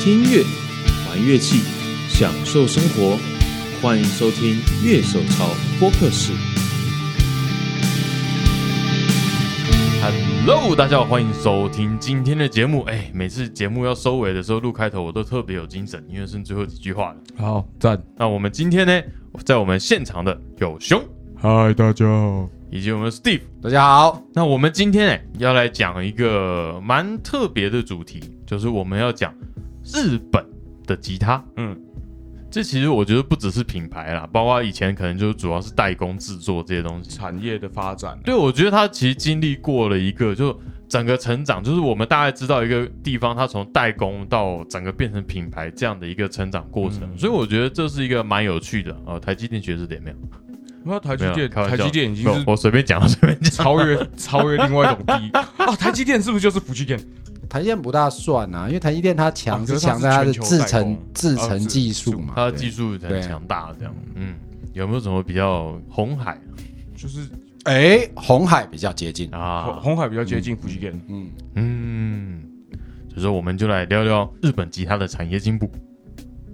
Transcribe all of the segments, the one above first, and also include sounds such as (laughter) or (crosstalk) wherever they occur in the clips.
听音乐、玩乐器、享受生活，欢迎收听《乐手潮播客室》。 Hello，大家好，欢迎收听今天的节目。哎，每次节目要收尾的时候，录开头我都特别有精神，因为剩最后几句话了。好赞！那我们今天呢，在我们现场的有熊嗨，大家好，以及我们 Steve。大家好。那我们今天哎要来讲一个蛮特别的主题，就是我们要讲日本的吉他。嗯，这其实我觉得不只是品牌啦，包括以前可能就主要是代工制作这些东西。产业的发展，对，我觉得他其实经历过了一个，就整个成长，就是我们大概知道一个地方，它从代工到整个变成品牌这样的一个成长过程，所以我觉得这是一个蛮有趣的啊、呃台积电学士点没有？那台积没有，电，开玩台笑积电已经没有是我随便讲，我随便讲。(laughs) 超越超越另外一种低啊！台积电是不是就是福气电？台积电不大算啊，因为台积电它啊强可是是它强在它是的全球制代程工制啊程制技术嘛，它的对技术很对啊强大，这样，嗯，有没有什么比较红海就是哎，红海比较接近，红啊？红海比较接近福气电，嗯，嗯，所以说我们就来聊聊日本吉他的产业进步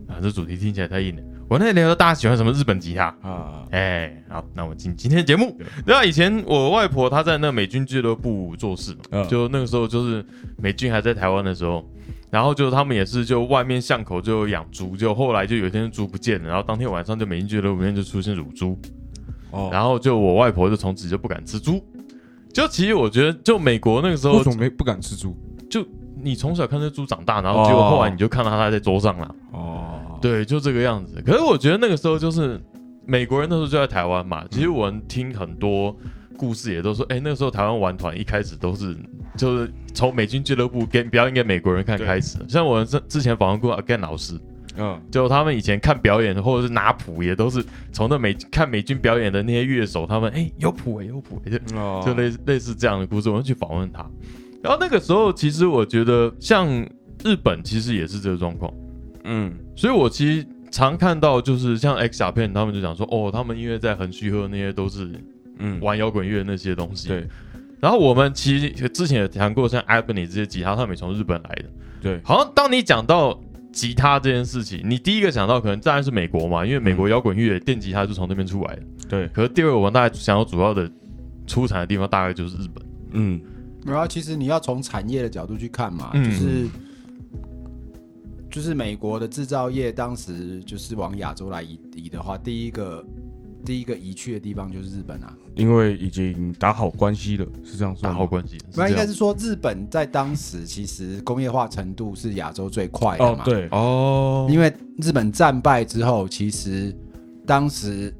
啊，这主题听起来太硬了。我那聊聊大家喜欢什么日本吉他，啊，哎，好，那我们进今天的节目。对啊，以前我外婆她在那美军俱乐部做事嘛，嗯就那个时候就是美军还在台湾的时候，然后就他们也是就外面巷口就有养猪，就后来就有一天猪不见了，然后当天晚上就美军俱乐部里面就出现乳猪，哦，然后就我外婆就从此就不敢吃猪。就其实我觉得，就美国那个时候为什，么没不敢吃猪？就你从小看这猪长大，然后结果后来你就看到它在桌上了。哦，对，就这个样子。可是我觉得那个时候就是美国人那时候就在台湾嘛，其实我们听很多故事也都说，哎、那个时候台湾玩团一开始都是就是从美军俱乐部给表演给美国人看开始的。像我之之前访问过 Again 老师，嗯，就他们以前看表演或者是拿谱，也都是从那美看美军表演的那些乐手，他们哎、有谱哎、有谱、哎，就哦就类似类似这样的故事，我就去访问他。然后那个时候，其实我觉得像日本其实也是这个状况。嗯，所以我其实常看到，就是像 X 小片他们就讲说，哦，他们因为在横须贺那些都是嗯，玩摇滚乐那些东西。对。然后我们其实之前也谈过，像 Ebony 这些吉他，他们也从日本来的。对，好像当你讲到吉他这件事情，你第一个想到可能当然是美国嘛，因为美国摇滚乐电吉他就从那边出来的。对可是第二，我们大概想要主要的出产的地方大概就是日本。嗯，没有啊，其实你要从产业的角度去看嘛，嗯就是就是美国的制造业当时就是往亚洲来移移的话，第一个第一个移去的地方就是日本啊，因为已经打好关系了，是这样说打吗。好关系，那应该是是说日本在当时其实工业化程度是亚洲最快的哦嘛，，对，哦因为日本战败之后，其实当时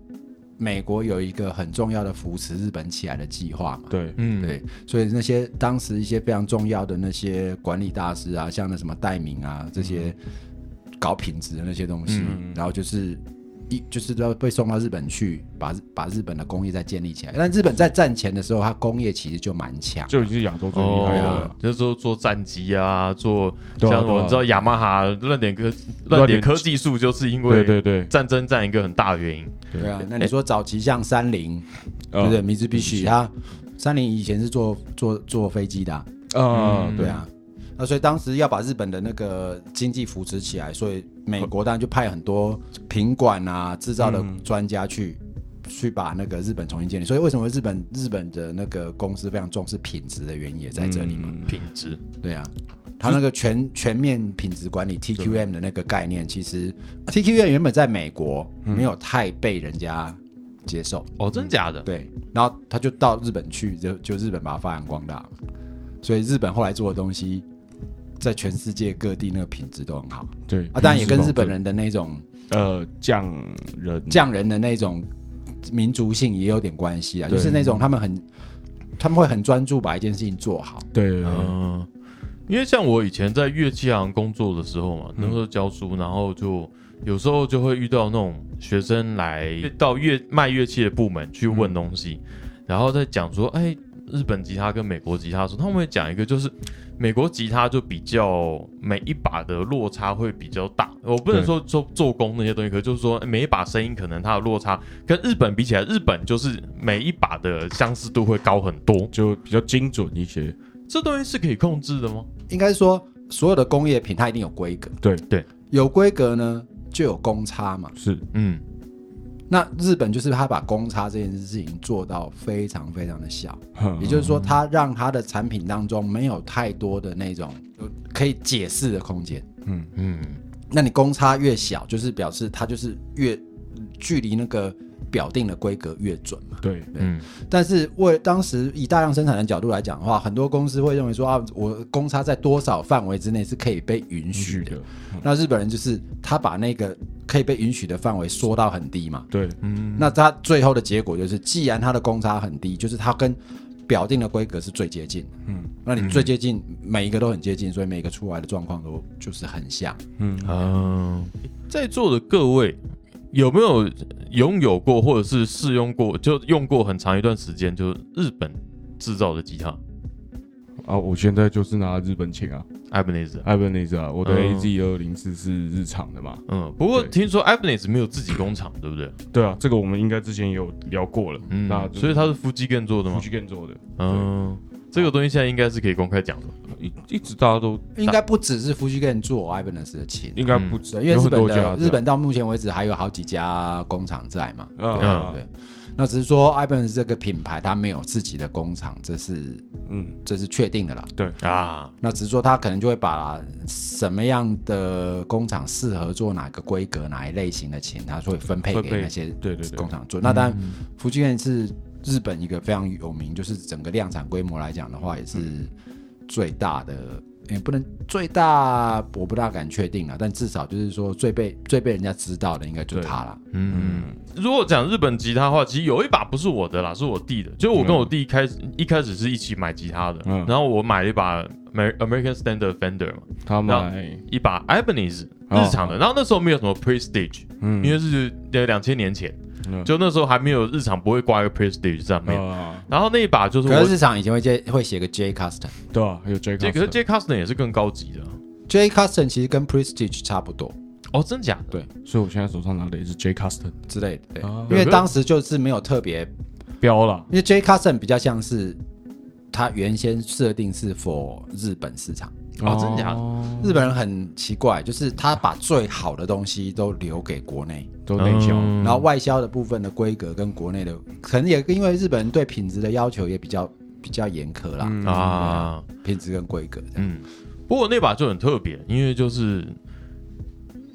美国有一个很重要的扶持日本起来的计划嘛。对，嗯，对，所以那些当时一些非常重要的那些管理大师啊，像那什么戴明啊这些搞品质的那些东西，然后就是一就是都要被送到日本去，把把日本的工业再建立起来。但日本在战前的时候，它工业其实就蛮强。就已经是亚洲最厉害的哦了。，就是说做战机啊，做对啊像我对们啊知道雅马哈乱点科乱乱点点科技术，就是因对为对对，战争占一个很大的原因。对啊，那你说早期像三菱，对嗯不对？米兹必须它三菱以前是坐坐坐飞机的啊、嗯啊，对啊。那所以当时要把日本的那个经济扶持起来，所以美国当然就派很多品管啊、制造的专家去、去把那个日本重新建立。所以为什么日本日本的那个公司非常重视品质的原因也在这里嘛？品质，对啊，他那个全全面品质管理 TQM 的那个概念，其实啊 TQM 原本在美国没有太被人家接受，哦，真假的？对，然后他就到日本去，就就日本把它发扬光大，所以日本后来做的东西，在全世界各地那个品质都很好对啊，当然也跟日本人的那种呃匠人匠人的那种民族性也有点关系啊，对就是那种他们很他们会很专注把一件事情做好，对，嗯，因为像我以前在乐器行工作的时候嘛，那时候教书，然后就有时候就会遇到那种学生来到乐卖乐器的部门去问东西，然后再讲说，哎，日本吉他跟美国吉他的时候，他们会讲一个就是。美国吉他就比较每一把的落差会比较大，我不能对说做做工那些东西，可是就是说哎每一把声音可能它的落差跟日本比起来，日本就是每一把的相似度会高很多。就比较精准一些。这东西是可以控制的吗？应该说所有的工业品它一定有规格，对有规格呢就有公差嘛。是嗯那日本就是他把公差这件事情做到非常非常的小，哼也就是说，他让他的产品当中没有太多的那种呃可以解释的空间。嗯那你公差越小，就是表示它就是越距离那个表定的规格越准嘛。对嗯但是为当时以大量生产的角度来讲的话，很多公司会认为说啊，我公差在多少范围之内是可以被允许虚的的。，那日本人就是他把那个可以被允许的范围缩到很低嘛。对嗯，那他最后的结果就是，既然他的公差很低，就是他跟表定的规格是最接近。嗯嗯，那你最接近，每一个都很接近，所以每个出来的状况都就是很像。嗯，啊，在座的各位有没有拥有过或者是试用过，就用过很长一段时间，就是日本制造的吉他啊，我现在就是拿日本琴啊 a b a n e z e a b a n e z 啊，我的嗯 AZ 二零四是日常的嘛，嗯，不过对听说 a b a n e z e 没有自己工厂，对不对？对啊，这个我们应该之前也有聊过了，嗯，那所以它是夫妻更做的吗去？更做的，嗯，这个东西现在应该是可以公开讲的。一一直大家都应该不只是夫妻跟做 i b a n e s 的琴，应该不嗯止，对，因为有日很本多家的这样日本到目前为止还有好几家工厂在嘛。嗯啊，对，那只是说 i b a n e s 这个品牌它没有自己的工厂，这是嗯，这是确定的啦。对，啊，那只是说他可能就会把什么样的工厂适合做哪个规格、哪一类型的琴，他会分配分给配那些对对对工厂做。那当然，福建院是日本一个非常有名，就是整个量产规模来讲的话，也是最大的。嗯也不能最大，我不大敢确定了，但至少就是说最被最被人家知道的，应该就是他了。嗯，如果讲日本吉他的话，其实有一把不是我的啦，是我弟的。就我跟我弟一开始、一开始是一起买吉他的，嗯然后我买了一把 Amer- American Standard Fender 嘛，他买，一把 Ibanez 哦日常的。然后那时候没有什么 Prestige，、嗯因为是呃两千年前，嗯就那时候还没有日常不会挂一个 Prestige 上面。啊，然后那一把就是可我是，市场以前会接会写个 J Custom。对啊，还有 J，这可是 J Custom 也是更高级的啊 J Custom 其实跟 Prestige 差不多哦，真假的？对，所以我现在手上拿的也是 J Custom 之类的，对，啊因为当时就是没有特别标了，因为 J Custom 比较像是它原先设定是 for 日本市场，哦真假的的，日本人很奇怪，就是他把最好的东西都留给国内，都内销，嗯然后外销的部分的规格跟国内的，可能也因为日本人对品质的要求也比较比较严苛啦，嗯啊。品质跟规格这样。嗯，不过那把就很特别，因为就是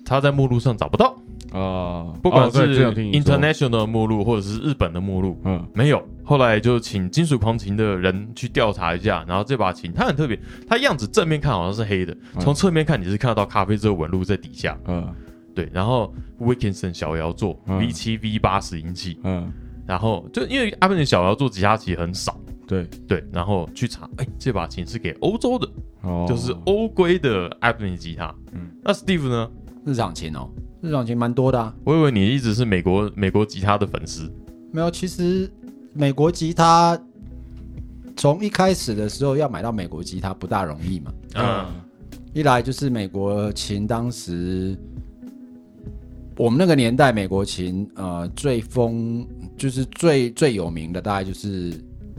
他在目录上找不到，啊，不管哦对是这有听你说 international 的目录或者是日本的目录，嗯没有。后来就请金属狂琴的人去调查一下，然后这把琴它很特别，它样子正面看好像是黑的，从侧面看你是看得到咖啡色纹路在底下。嗯对，然后 Wilkinson 小摇座嗯 V 七 V 八十音器，嗯，然后就因为阿本的小摇座吉他其实很少，对，对，然后去查，哎，这把琴是给欧洲的，哦，就是欧规的 a b l e 吉他。嗯那 Steve 呢？日常琴哦，日常琴蛮多的啊，我以为你一直是美国美国吉他的粉丝。没有，其实美国吉他从一开始的时候要买到美国吉他不大容易嘛。嗯一来就是美国琴，当时呃我们那个年代美国琴，呃，最风就是最最有名的，大概就是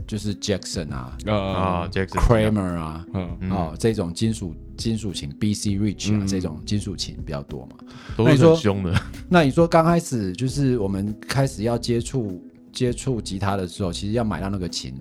就是 Jackson 啊、啊啊， ，Jackson Kramer 啊，嗯嗯哦这种金属金属琴 BC Rich 啊、这种金属琴比较多嘛。都是很凶的。那你说刚开始就是我们开始要接触接触吉他的时候，其实要买到那个琴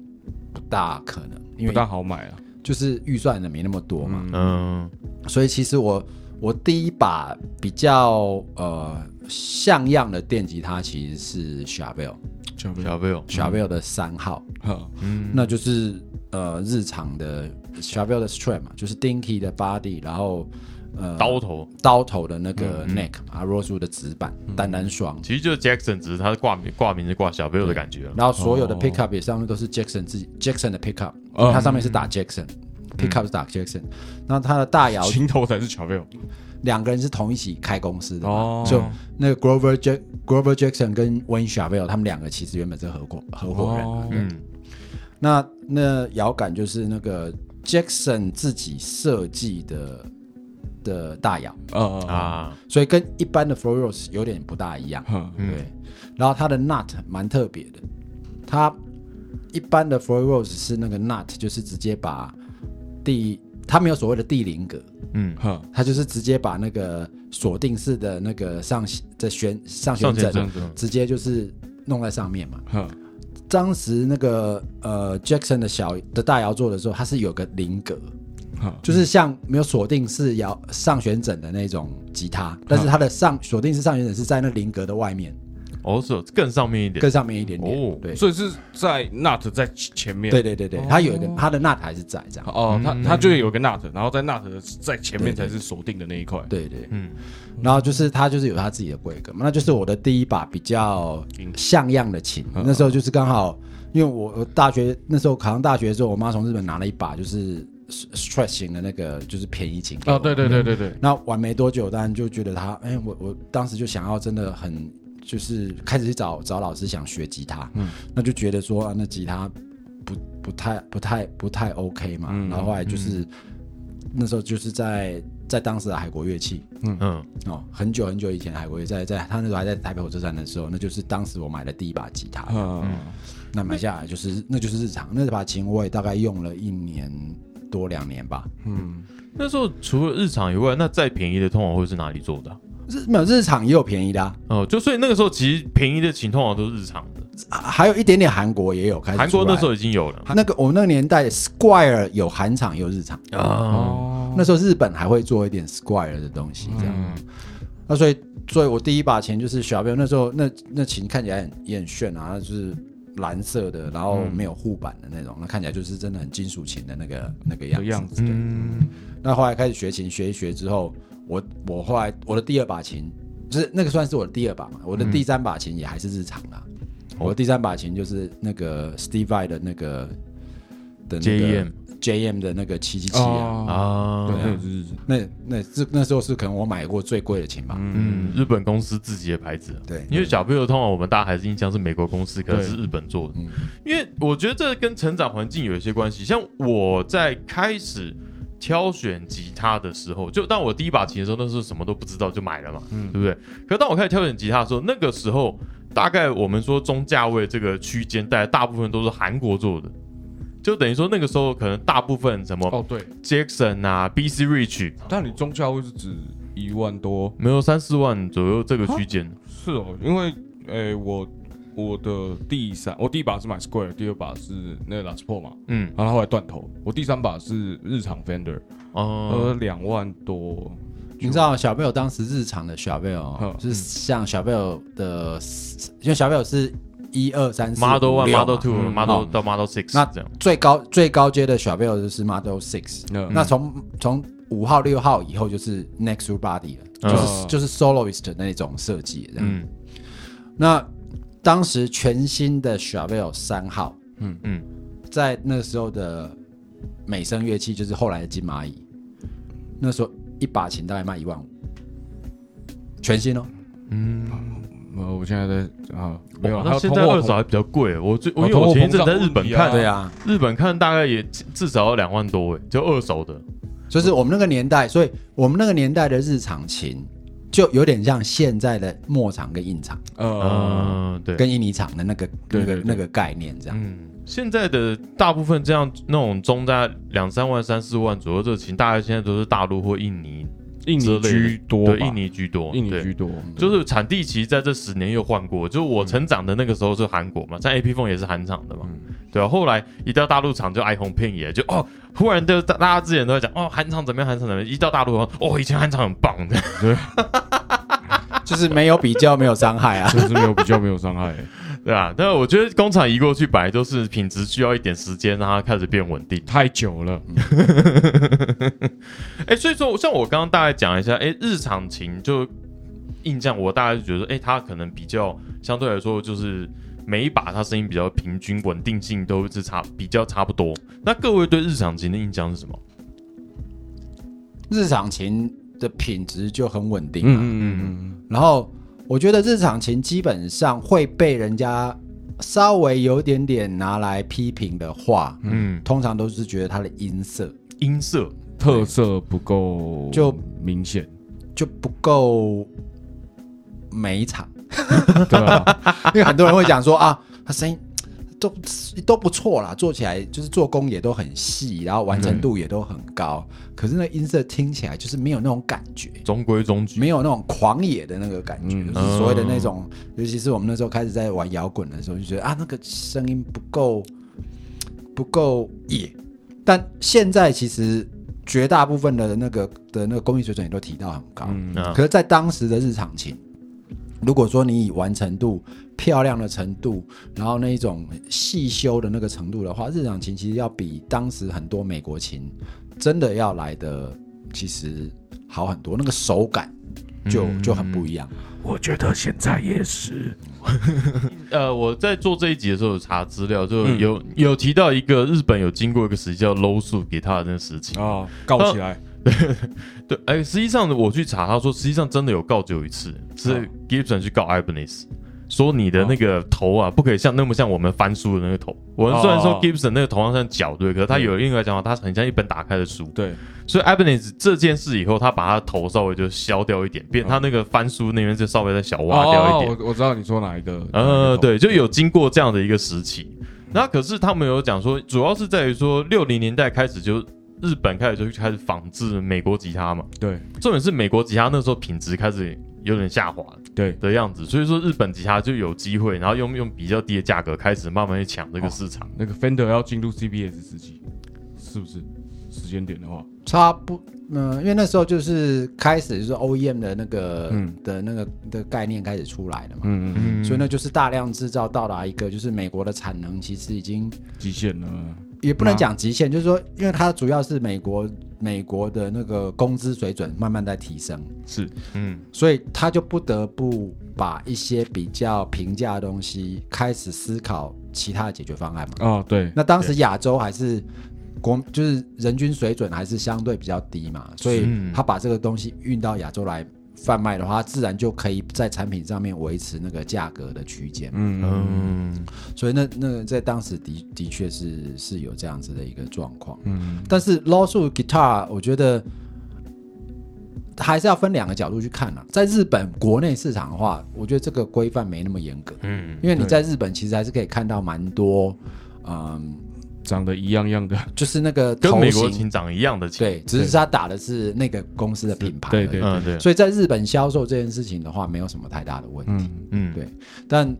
不大可能，因不为大好买啊，就是预算的没那么多嘛。嗯所以其实我我第一把比较呃像样的电吉他其实是 s h a v e l 小不嗯小朋友， s h a v e l 的三号，嗯嗯那就是呃日常的 s h a v e l 的 Strat 嘛，就是 Dinky 的 body，然后呃刀头刀头的那嗯个 neck 嘛，阿若苏的指板，单单双。其实就是 Jackson，只是他挂名挂名是挂小朋友的感觉了。然后所有的哦 pickup 也上面都是 Jackson 自己 Jackson 的 pickup，、嗯它上面是打 Jackson，pickup、是打 Jackson，那它的大摇琴头才是小朋友，两个人是同一起开公司的嘛，哦就那个 Grover Jack Grover Jackson 跟 Wayne s h a v e l 他们两个其实原本是合伙合伙人嘛。哦嗯那那遥感就是那个 Jackson 自己设计的的大摇，啊啊，啊，所以跟一般的 Floros 有点不大一样。哼对，然后它的 nut 蛮特别的，它一般的 Floros 是那个 nut 就是直接把第它没有所谓的地灵格，嗯，哈，它就是直接把那个锁定式的那个上这旋上上旋前枕正正，直接就是弄在上面嘛。哈，当时那个呃 Jackson 的小的大摇做的时候，它是有个灵格，哈，就是像没有锁定式摇上旋枕的那种吉他，但是它的上锁定式上旋枕是在那灵格的外面哦，是更上面一点更，上面一点点。哦对，所以是在 nut 在前面，对对对对，它有一个它的那台是在这样。哦，它嗯它就有个 nut，然后在 nut 的在前面才是锁定的那一块，对对，嗯，然后就是他就是有他自己的规格嘛，那就是我的第一把比较像样的琴。那时候就是刚好，因为我我大学那时候考上大学之后，我妈从日本拿了一把就是 stretch 型的那个就是便宜琴。嗯啊，对。对对对对，那玩没多久，当然就觉得他，哎，我我当时就想要真的很就是开始去找找老师想学吉他，嗯，那就觉得说啊，那吉他不不太不太不太 OK 嘛，然后后来就是、那时候就是在在当时的海国乐器，嗯，哦，很久很久以前，海龟在在他那时候还在台北火车站的时候，那就是当时我买的第一把吉他，嗯，那买下来就是那就是日常，那把琴我也大概用了一年多两年吧。那时候除了日常以外，那再便宜的通常会是哪里做的啊？日没有日常也有便宜的、啊哦，就所以那个时候其实便宜的琴通常都是日常的，啊还有一点点韩国也有开始出来。韩国那时候已经有了那个我们那个年代，Squire 有韩场也有日场，啊，那时候日本还会做一点 Squire 的东西这样。那所以，所以我第一把琴就是小朋友那时候那那琴看起来很也很炫啊，它就是蓝色的，然后没有护板的那种，那看起来就是真的很金属琴的那个那个样的子。样子，嗯，那后来开始学琴，学一学之后，我我后来我的第二把琴就是那个算是我的第二把嘛，我的第三把琴也还是日常啦。我的第三把琴就是那个 Steve Vai 的那个的那个 JM JM 的那个七七七啊，哦，啊，对，对是是那那是那时候是可能我买过最贵的琴吧。嗯，日本公司自己的牌子啊，对因为小朋友通常我们大家还是印象是美国公司，可对是是日本做的。因为我觉得这跟成长环境有一些关系。像我在开始挑选吉他的时候，就当我第一把琴的时候，那时候什么都不知道就买了嘛，嗯对不对？可当我开始挑选吉他的时候，那个时候大概我们说中价位这个区间，大概大部分都是韩国做的。就等于说，那个时候可能大部分什么哦对， Jackson 啊、BC Rich 但你中价位是指一万多，没有三四万左右这个区间，是哦，因为诶我我的第三，我第一把是买 Square，第二把是那个 Last p o 嘛，嗯，然后后来断头，我第三把是日常 Fender，哦、呃两万多，你知道小贝尔当时日常的小贝尔哦嗯是像小贝尔的，因为小贝尔是一二三四 Model 五 One、六嘛 Model Two、嗯 Model 哦到 Model Six 那这样，最高最高阶的小贝尔就是 Model Six，、嗯那从从五号六号以后就是 Next to Body 了，嗯就是、就是 Soloist 的那种设计这样。嗯那当时全新的小贝尔三号，嗯，在那时候的美声乐器就是后来的金蚂蚁，那时候一把琴大概卖一万五，全新哦。呃我现在在啊没有，哇那还有哦现通在货二手膨还比较贵，我最哦我因为通货我前一膨阵胀在的日问本题看，啊对啊，日本看大概也至至少要两万多哎，就二手的，就是我们那个年代，所以我们那个年代的日常琴就有点像现在的末场跟印场呃嗯，对，跟印尼场的那个对那个对对那个概念这样。嗯，现在的大部分这样那种中在两三万、三四万左右这个琴，大概现在都是大陆或印尼印之尼类的居多吧，对，印尼居多，印尼对居多，就是产地其实在这十年又换过，就是我成长的那个时候是韩国嘛，像 A P Phone 也是韩厂的嘛，对啊，后来一到大陆厂就哀鸿遍野，就哦，忽然就大大家之前都在讲哦韩厂怎么样，韩厂怎么样，一到大陆哦以前韩厂很棒 (laughs) 的，就是没有比较，没有伤害啊。就是没有比较没有伤 (laughs) 害，对啊，但我觉得工厂移过去本来就是品质需要一点时间让它开始变稳定。太久了，哎、所以说像我刚刚大概讲一下，哎、日常琴就印象我大概就觉得，哎、它可能比较相对来说就是每一把它声音比较平均，稳定性都是差比较差不多。那各位对日常琴的印象是什么？日常琴的品质就很稳定、啊，嗯嗯然后我觉得日常琴基本上会被人家稍微有点点拿来批评的话，嗯，通常都是觉得它的音色音色，嗯，特色不够就明显，就不够美场。 (laughs) 对吧？因为很多人会讲说啊，他声音都都都不错啦，做起来就是做工也都很细，然后完嗯成度也都很高。可是那音色听起来就是没有那种感觉，中规中矩。没有那种狂野的那个感觉，嗯就是所谓的那种，尤其是我们那时候开始在玩摇滚的时候，就觉得啊，那个声音不够不够野。但现在其实绝大部分的那个的那个工艺水准也都提到很高，嗯啊可是，在当时的日常琴，如果说你以完成度、漂亮的程度，然后那一种细修的那个程度的话，日常琴其实要比当时很多美国琴真的要来的其实好很多，那个手感就嗯就很不一样。我觉得现在也是。呃，我在做这一集的时候有查资料，就嗯有、有提到一个日本有经过一个时期叫 low 数给他的那个时期。啊，告起 (laughs) 来，对，哎、实际上我去查，他说实际上真的有告九一次，是 Gibson 去告 Ibanez，说你的那个头啊，不可以像那么像我们翻书的那个头。我们虽然哦说 Gibson 那个头上像脚，对，可是他有另外一个讲法，它很像一本打开的书。对，所以 Ibanez 这件事以后，他把他的头稍微就削掉一点，变他那个翻书那边就稍微再小挖掉一点。哦，我我知道你说哪一个，哪呃一，个头，对，就有经过这样的一个时期。那可是他们有讲说，主要是在于说六零年代开始就日本开始就开始仿制美国吉他嘛。对重点是美国吉他那时候品质开始有点下滑对，的样子，所以说日本吉他就有机会，然后用用比较低的价格开始慢慢去抢这个市场。那个 Fender 要进入 CBS 时期，是不是？时间点的话，差不，嗯、因为那时候就是开始就是 OEM 的那个、嗯的那个的概念开始出来了嘛，嗯嗯，嗯所以那就是大量制造到达一个就是美国的产能其实已经极限了，也不能讲极限，就是说，因为它主要是美国美国的那个工资水准慢慢在提升，是嗯所以他就不得不把一些比较平价的东西开始思考其他的解决方案嘛。啊，对，那当时亚洲还是国就是人均水准还是相对比较低嘛，所以嗯他把这个东西运到亚洲来贩卖的话，自然就可以在产品上面维持那个价格的区间。嗯，嗯所以那那个在当时的的确是是有这样子的一个状况。嗯，但是 low 数 guitar 我觉得还是要分两个角度去看啦、啊在日本国内市场的话，我觉得这个规范没那么严格，嗯，因为你在日本其实还是可以看到蛮多，嗯，长得一样样的，就是那个跟头美国型，琴长一样的琴。对，只是他打的是那个公司的品牌而已，对嗯对，所以在日本销售这件事情的话，没有什么太大的问题。嗯嗯对但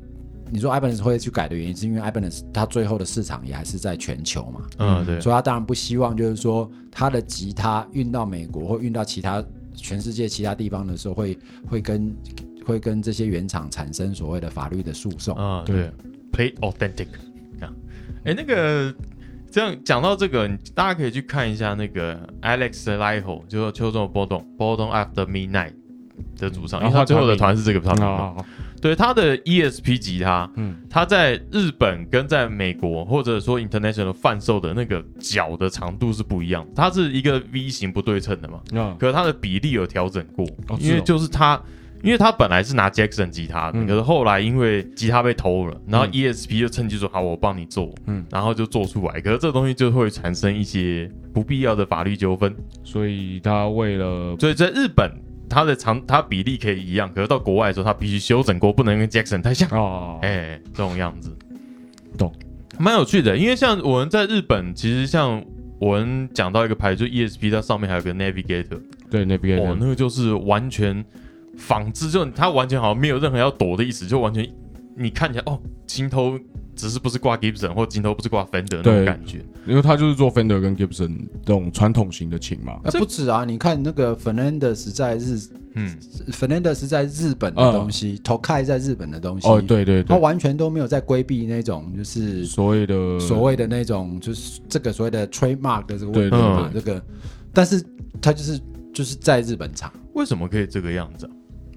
你说 Ibanez 会去改的原因，是因为 Ibanez 它最后的市场也还是在全球嘛，嗯对，所以它当然不希望就是说它的吉他运到美国或运到其他全世界其他地方的时候会，会跟会跟这些原厂产生所谓的法律的诉讼。啊，对对，Play Authentic 啊，哎，那个这样讲到这个，你大家可以去看一下那个 Alex Laiho，就是秋中的波动，波动 After Midnight 的主唱，嗯因为哦他最后的团哦是这个唱啊的。啊，啊对他的 ESP 吉他，嗯他在日本跟在美国或者说 international 贩售的那个脚的长度是不一样的，它是一个 V 型不对称的嘛，啊，可是它的比例有调整过，哦因是为哦就是他，因为他本来是拿 Jackson 吉他的，嗯可是后来因为吉他被偷了，然后嗯 ESP 就趁机说好，我帮你做，嗯嗯，然后就做出来，可是这东西就会产生一些不必要的法律纠纷，所以他为了所以在日本。它的长，它比例可以一样，可是到国外的时候，它必须修整过，不能跟 Jackson 太像。啊，哎、这种样子，懂，蛮有趣的。因为像我们在日本，其实像我们讲到一个牌，就 ESP，它上面还有个 Navigator，对那边哦，那的个就是完全仿制，就它完全好像没有任何要躲的意思，就完全你看起来哦，琴头只是不是挂 Gibson 或琴头不是挂 Fender 那对种感觉，因为他就是做 Fender 跟 Gibson 这种传统型的琴嘛，那不止啊，你看那个 Fernandez 在日嗯， Fernandez 在日本的东西，Tokai 在日本的东西，嗯哦，对对他对，完全都没有在规避那种就是所谓嗯的所谓的那种就是这个所谓的 trademark 的这个问对题对嘛，这个，但是他就是就是在日本查，为什么可以这个样子啊？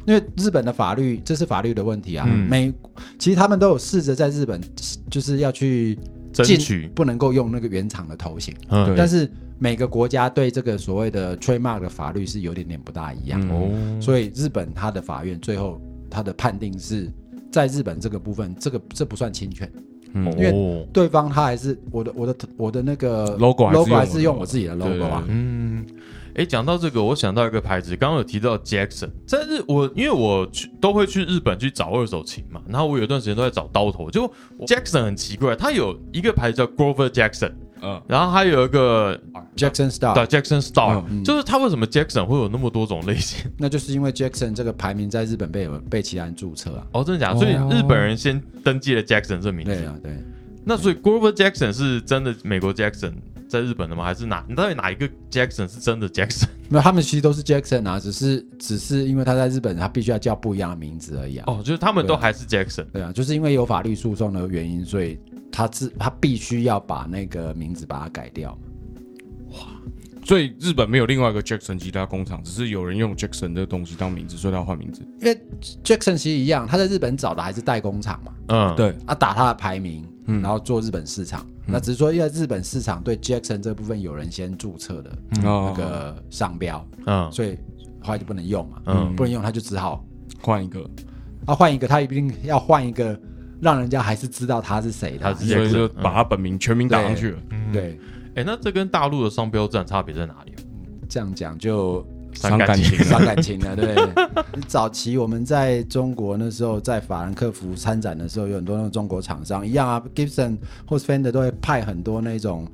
因为日本的法律这是法律的问题啊，嗯美其实他们都有试着在日本就是要去争禁取，不能够用那个原厂的头型，嗯，但是每个国家对这个所谓的 trademark 的法律是有点点不大一样，嗯哦，所以日本它的法院最后它的判定是在日本这个部分，这个这不算侵权。嗯因为哦，对方他还是我的我的我的那个 logo 还是 logo 用还是用我的我自己的对 logo 啊，嗯，哎，讲到这个，我想到一个牌子，刚刚有提到 Jackson，在日我因为我去都会去日本去找二手琴嘛，然后我有一段时间都在找刀头，就 Jackson 很奇怪，他有一个牌子叫 Grover Jackson，嗯，然后还有一个对 Jackson Star， Jackson Star，、嗯嗯就是他为什么 Jackson 会有那么多种类型？ (laughs) 那就是因为 Jackson 这个排名在日本被被其他人注册啊。哦，真的假的？所以哦日本人先登记了 Jackson 这名字，对啊，对，那所以 Grover Jackson 是真的美国 Jackson 在日本的吗？还是哪？你到底哪一个 Jackson 是真的 Jackson？没有，他们其实都是 Jackson 啊，只是只是因为他在日本，他必须要叫不一样的名字而已啊。哦，就是他们都还是 Jackson。对啊，就是因为有法律诉讼的原因，所以他自他必须要把那个名字把它改掉。所以日本没有另外一个 Jackson 吉他工厂，只是有人用 Jackson 这个东西当名字，所以他换名字。因为 Jackson 其实一样，他在日本找的还是代工厂嘛，嗯，对，啊打他的排名，然后做日本市场。那只是说，因为日本市场对 Jackson 这部分有人先注册的那哦，个商标，嗯，所以后来就不能用嘛，嗯不能用他就只好换一个，啊换一个，他一定要换一个，让人家还是知道他是谁的啊、他是所以 Jackson，嗯就把他本名全名打上去了。对，哎，那这跟大陆的商标站差别在哪里？啊这样讲就伤感情了伤感情了，啊对不对？早期我们在中国那时候，在法兰克福参展的时候，有很多那种中国厂商一样啊，Gibson 或是 Fender 都会派很多那种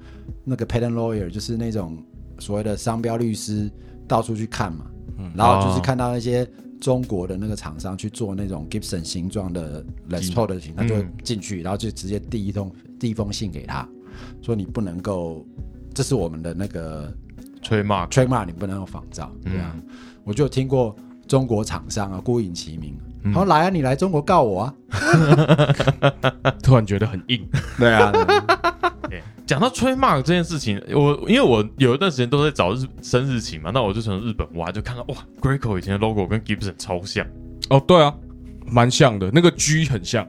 那个 patent lawyer，就是那种所谓的商标律师，到处去看嘛，然后就是看到那些。中国的那个厂商去做那种 Gibson 形状的 Les Paul 的型，他就会进去，然后就直接递一通递一封信给他，说你不能够，这是我们的那个吹 mark， trademark 你不能用仿造，嗯对啊。我就有听过中国厂商啊孤影其名，嗯他说来啊，你来中国告我啊，突然觉得很硬，对啊， (laughs) 对啊哎讲到吹 mark 这件事情，我因为我有一段时间都在找日生日期嘛，那我就从日本挖，就看到哇，Greco 以前的 logo 跟 Gibson 超像，哦，对啊，蛮像的，那个 G 很像，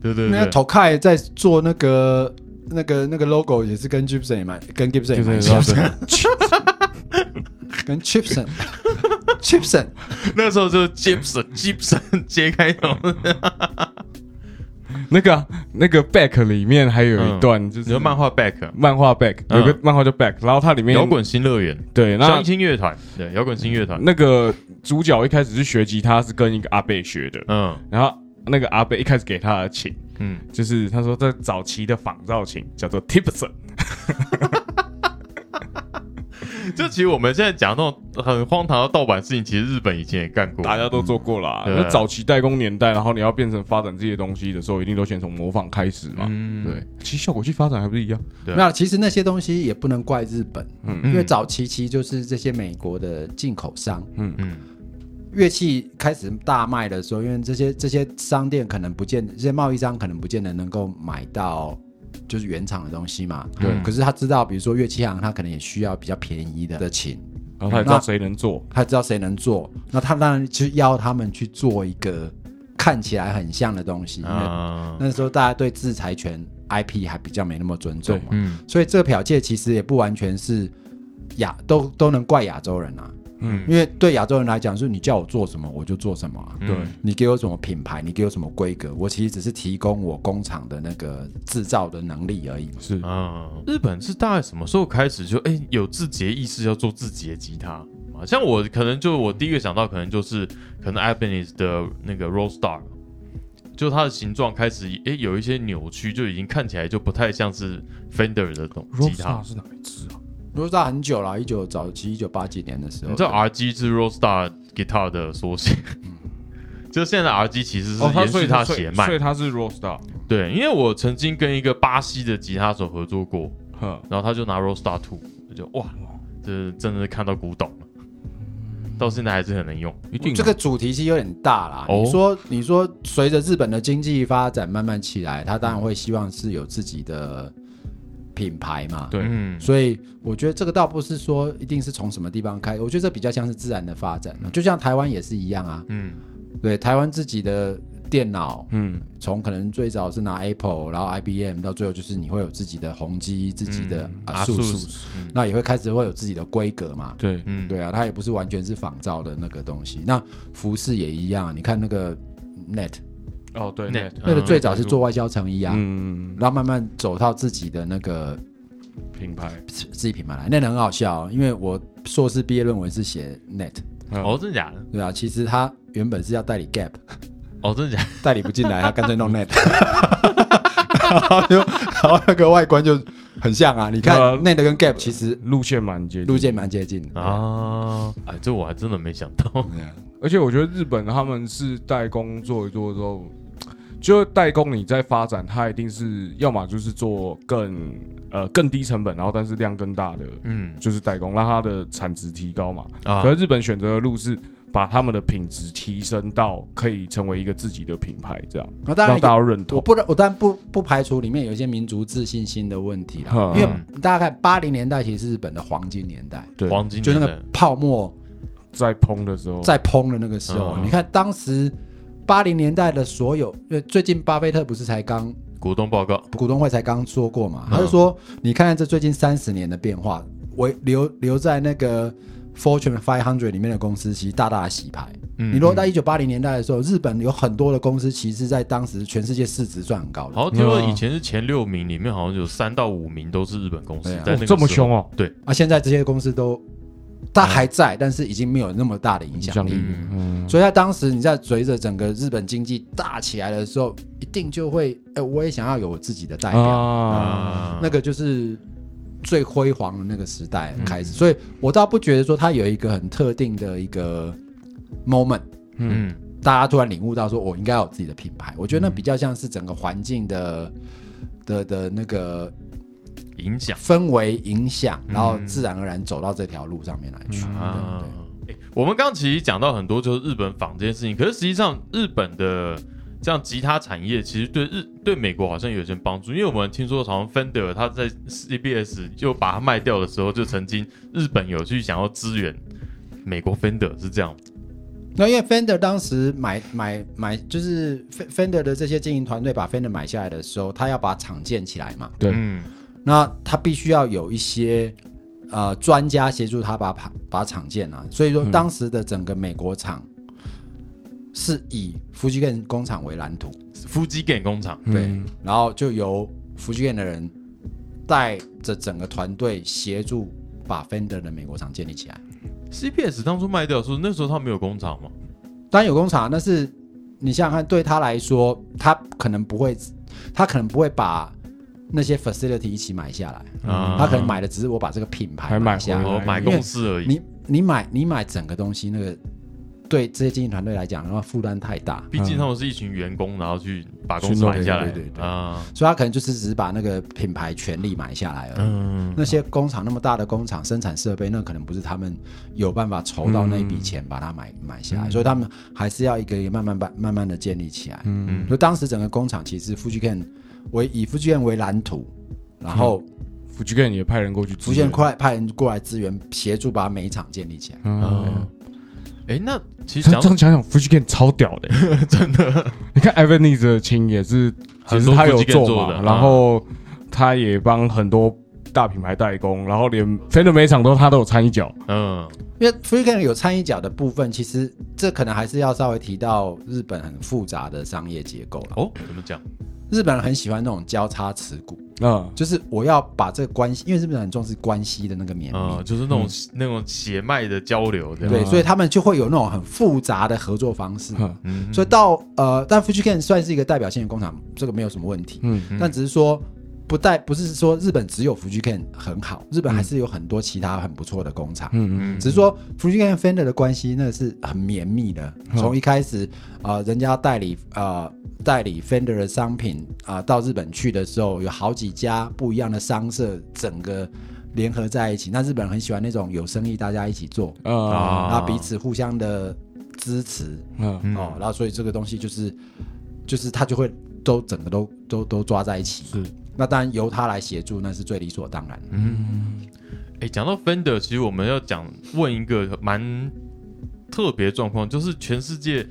对对那对，头盖在做那个那个那个 logo 也是跟 Gibson 也蛮跟 Gibson 也蛮像的， (laughs) (laughs) 跟 Gibson Gibson 那时候就是 Gibson Gibson (laughs) 揭开头，那个啊那个 Back 里面还有嗯一段就你是说漫画 back，漫画 Back 嗯有个漫画叫 Back，然后它里面摇滚新乐园，对那相亲乐团，对，摇滚新乐团，那个主角一开始是学吉他，是跟一个阿贝学的，嗯然后那个阿贝一开始给他的琴，嗯，就是他说在早期的仿造琴叫做 Tipson，嗯就其实我们现在讲那种很荒唐的盗版事情，其实日本以前也干过。大家都做过啦。嗯那对早期代工年代，然后你要变成发展这些东西的时候，一定都先从模仿开始嘛。嗯对，其实效果器发展还不是一样。对那其实那些东西也不能怪日本，嗯因为早期其实就是这些美国的进口商，嗯乐器开始大卖的时候，因为这些这些商店可能不见，这些贸易商可能不见得能够买到就是原厂的东西嘛。对可是他知道，比如说乐器行，他可能也需要比较便宜的的琴，嗯然后他也知道谁能做，他知道谁能做，那他当然就要他们去做一个看起来很像的东西。因为啊那时候大家对制裁权 IP 还比较没那么尊重嘛，嗯所以这个剽窃其实也不完全是亚都都能怪亚洲人啊。嗯因为对亚洲人来讲，是你叫我做什么我就做什么、啊，对，你给我什么品牌，你给我什么规格，我其实只是提供我工厂的那个制造的能力而已。是啊，日本是大概什么时候开始就哎、有自己的意识要做自己的吉他啊？像我可能就我第一个想到可能就是可能 Ibanez 的那个 Roll Star，就它的形状开始哎、有一些扭曲，就已经看起来就不太像是 Fender 的东吉 Rosa 他。是哪一支啊？罗萨很久了，一九早期一九八几年的时候你知，道 R G 是 Roll Star Guitar 的缩写，就现在 R G 其哦实是延续它血脉所以。他是 Rosa，对，因为我曾经跟一个巴西的吉他手合作过，呵，然后他就拿 Roll Star Two，我就哇，这真的是看到古董了，到现在还是很能用。一定啊这个主题其实有点大啦。哦你说，你说，随着日本的经济发展慢慢起来，他当然会希望是有自己的品牌嘛。对嗯，所以我觉得这个倒不是说一定是从什么地方开，我觉得这比较像是自然的发展啊，就像台湾也是一样啊。嗯，对，台湾自己的电脑，嗯，从可能最早是拿 Apple，然后 IBM，到最后就是你会有自己的宏基、自己的啊数数，嗯 ASUS，那也会开始会有自己的规格嘛。对，嗯，对啊，它也不是完全是仿造的那个东西。那服饰也一样，你看那个 Net，哦，对，那那那个嗯最早是做外销成衣啊，嗯然后慢慢走到自己的那个品牌自自己品牌来，那个很好笑哦、因为我硕士毕业论文是写 net，哦，真的假的？对啊，其实他原本是要代理 gap， (laughs) 哦，真的假的？代理不进来，他干脆弄 net，然后就然后那个外观就很像啊，你看对啊 net 跟 gap 其实路线蛮接近路线蛮接近的，啊，哎，这我还真的没想到。对啊而且我觉得日本他们是代工做一做之后，就代工你在发展，它一定是要么就是做更呃更低成本，然后但是量更大的，嗯就是代工，让它的产值提高嘛。啊可，是日本选择的路是把他们的品质提升到可以成为一个自己的品牌，这样那当让然大家认我同。不能，我当然不不排除里面有一些民族自信心的问题啦，嗯因为大概八零年代其实是日本的黄金年代，对，黄金就那年个代泡沫在烹的时候，在砰的那个时候，哦嗯你看当时八零年代的所有，呃，最近巴菲特不是才刚股东报告，股东会才刚说过嗯嘛，他就说，你看看这最近三十年的变化，我留留在那个 Fortune 500里面的公司，其实大大的洗牌。嗯你如果在一九八零年代的时候，日本有很多的公司，其实在当时全世界市值算很高的。好像听说嗯啊以前是前六名，里面好像有三到五名都是日本公司对啊，在那哦个这么时候凶哦，啊，现在这些公司都，它还在，但是已经没有那么大的影响力。嗯嗯，所以在当时，你在随着整个日本经济大起来的时候，一定就会，哎、我也想要有我自己的代表。啊，啊，那个就是最辉煌的那个时代开始，所以我倒不觉得说它有一个很特定的一个 moment，嗯大家突然领悟到说我应该有自己的品牌。我觉得那比较像是整个环境的。的的那个影响氛围影响，然后自然而然走到这条路上面来去。啊对对。诶我们刚刚其实讲到很多就是日本仿这件事情，可是实际上日本的这样吉他产业其实对日对美国好像有一些帮助，因为我们听说好像芬德尔他在 CBS 就把它卖掉的时候，就曾经日本有去想要支援美国芬德尔是这样，那因为 Fender 当时买买买，就是 Fe- Fender 的这些经营团队把 Fender 买下来的时候，他要把厂建起来嘛，对嗯那他必须要有一些呃专家协助他把把把厂建啊，所以说当时的整个美国厂是以福吉根工厂为蓝图，夫妻电工厂，对，然后就由福吉根的人带着整个团队协助把 Fender 的美国厂建立起来。 CPS 当初卖掉的时候，那时候他没有工厂嘛？当然有工厂，但是你想想看，对他来说，他可能不会，他可能不会把那些 facility 一起买下来，啊他可能买的只是我把这个品牌还买下来回来我哦买公司而已，你你买你买整个东西，那个对这些经营团队来讲，然后负担太大，毕竟他们是一群员工，然后去把公司买下来，去弄对对对啊，所以他可能就是只是把那个品牌权利买下来而已。嗯，那些工厂那么大的工厂生产设备，那可能不是他们有办法筹到那一嗯笔钱把它买、买下来，所以他们还是要一个一个慢慢把慢慢的建立起来。嗯，所以当时整个工厂其实富士 Can 为以富士 Can 为蓝图，然后嗯福居根也派人过去支福援，建快派人过来支援协助把每一厂建立起来。嗯，哎，那其实讲这样这样想想，福居根超屌的， (laughs) 真的。你看 Ebenezer 的亲也是，很其实多他有 Fujigen 做做嗯的嘛，然后他也帮很多大品牌代工，然后连 Fender 每一场都他都有参一脚。嗯，因为 free can 有参与角的部分，其实这可能还是要稍微提到日本很复杂的商业结构了。哦，怎么讲？日本人很喜欢那种交叉持股，嗯，就是我要把这个关系，因为日本人很重视关系的那个绵密，嗯，就是那种那种血脉的交流，这样对，所以他们就会有那种很复杂的合作方式。嗯嗯所以到呃，但 f u j i c a n 算是一个代表性的工厂，这个没有什么问题。嗯但只是说不代不是说日本只有 f u j i c a n 很好，日本还是有很多其他很不错的工厂。嗯只是说 f u j i c a n Fender 的关系那是很绵密的，嗯从一开始啊、呃人家代理啊代理 Fender 的商品啊、到日本去的时候，有好几家不一样的商社整个联合在一起。那日本人很喜欢那种有生意大家一起做，嗯啊然后彼此互相的支持嗯，嗯哦，然后所以这个东西就是就是他就会都整个都都都抓在一起。是，那当然由他来协助，那是最理所当然的。嗯哎，讲到 Fender，其实我们要讲问一个蛮特别的状况，就是全世界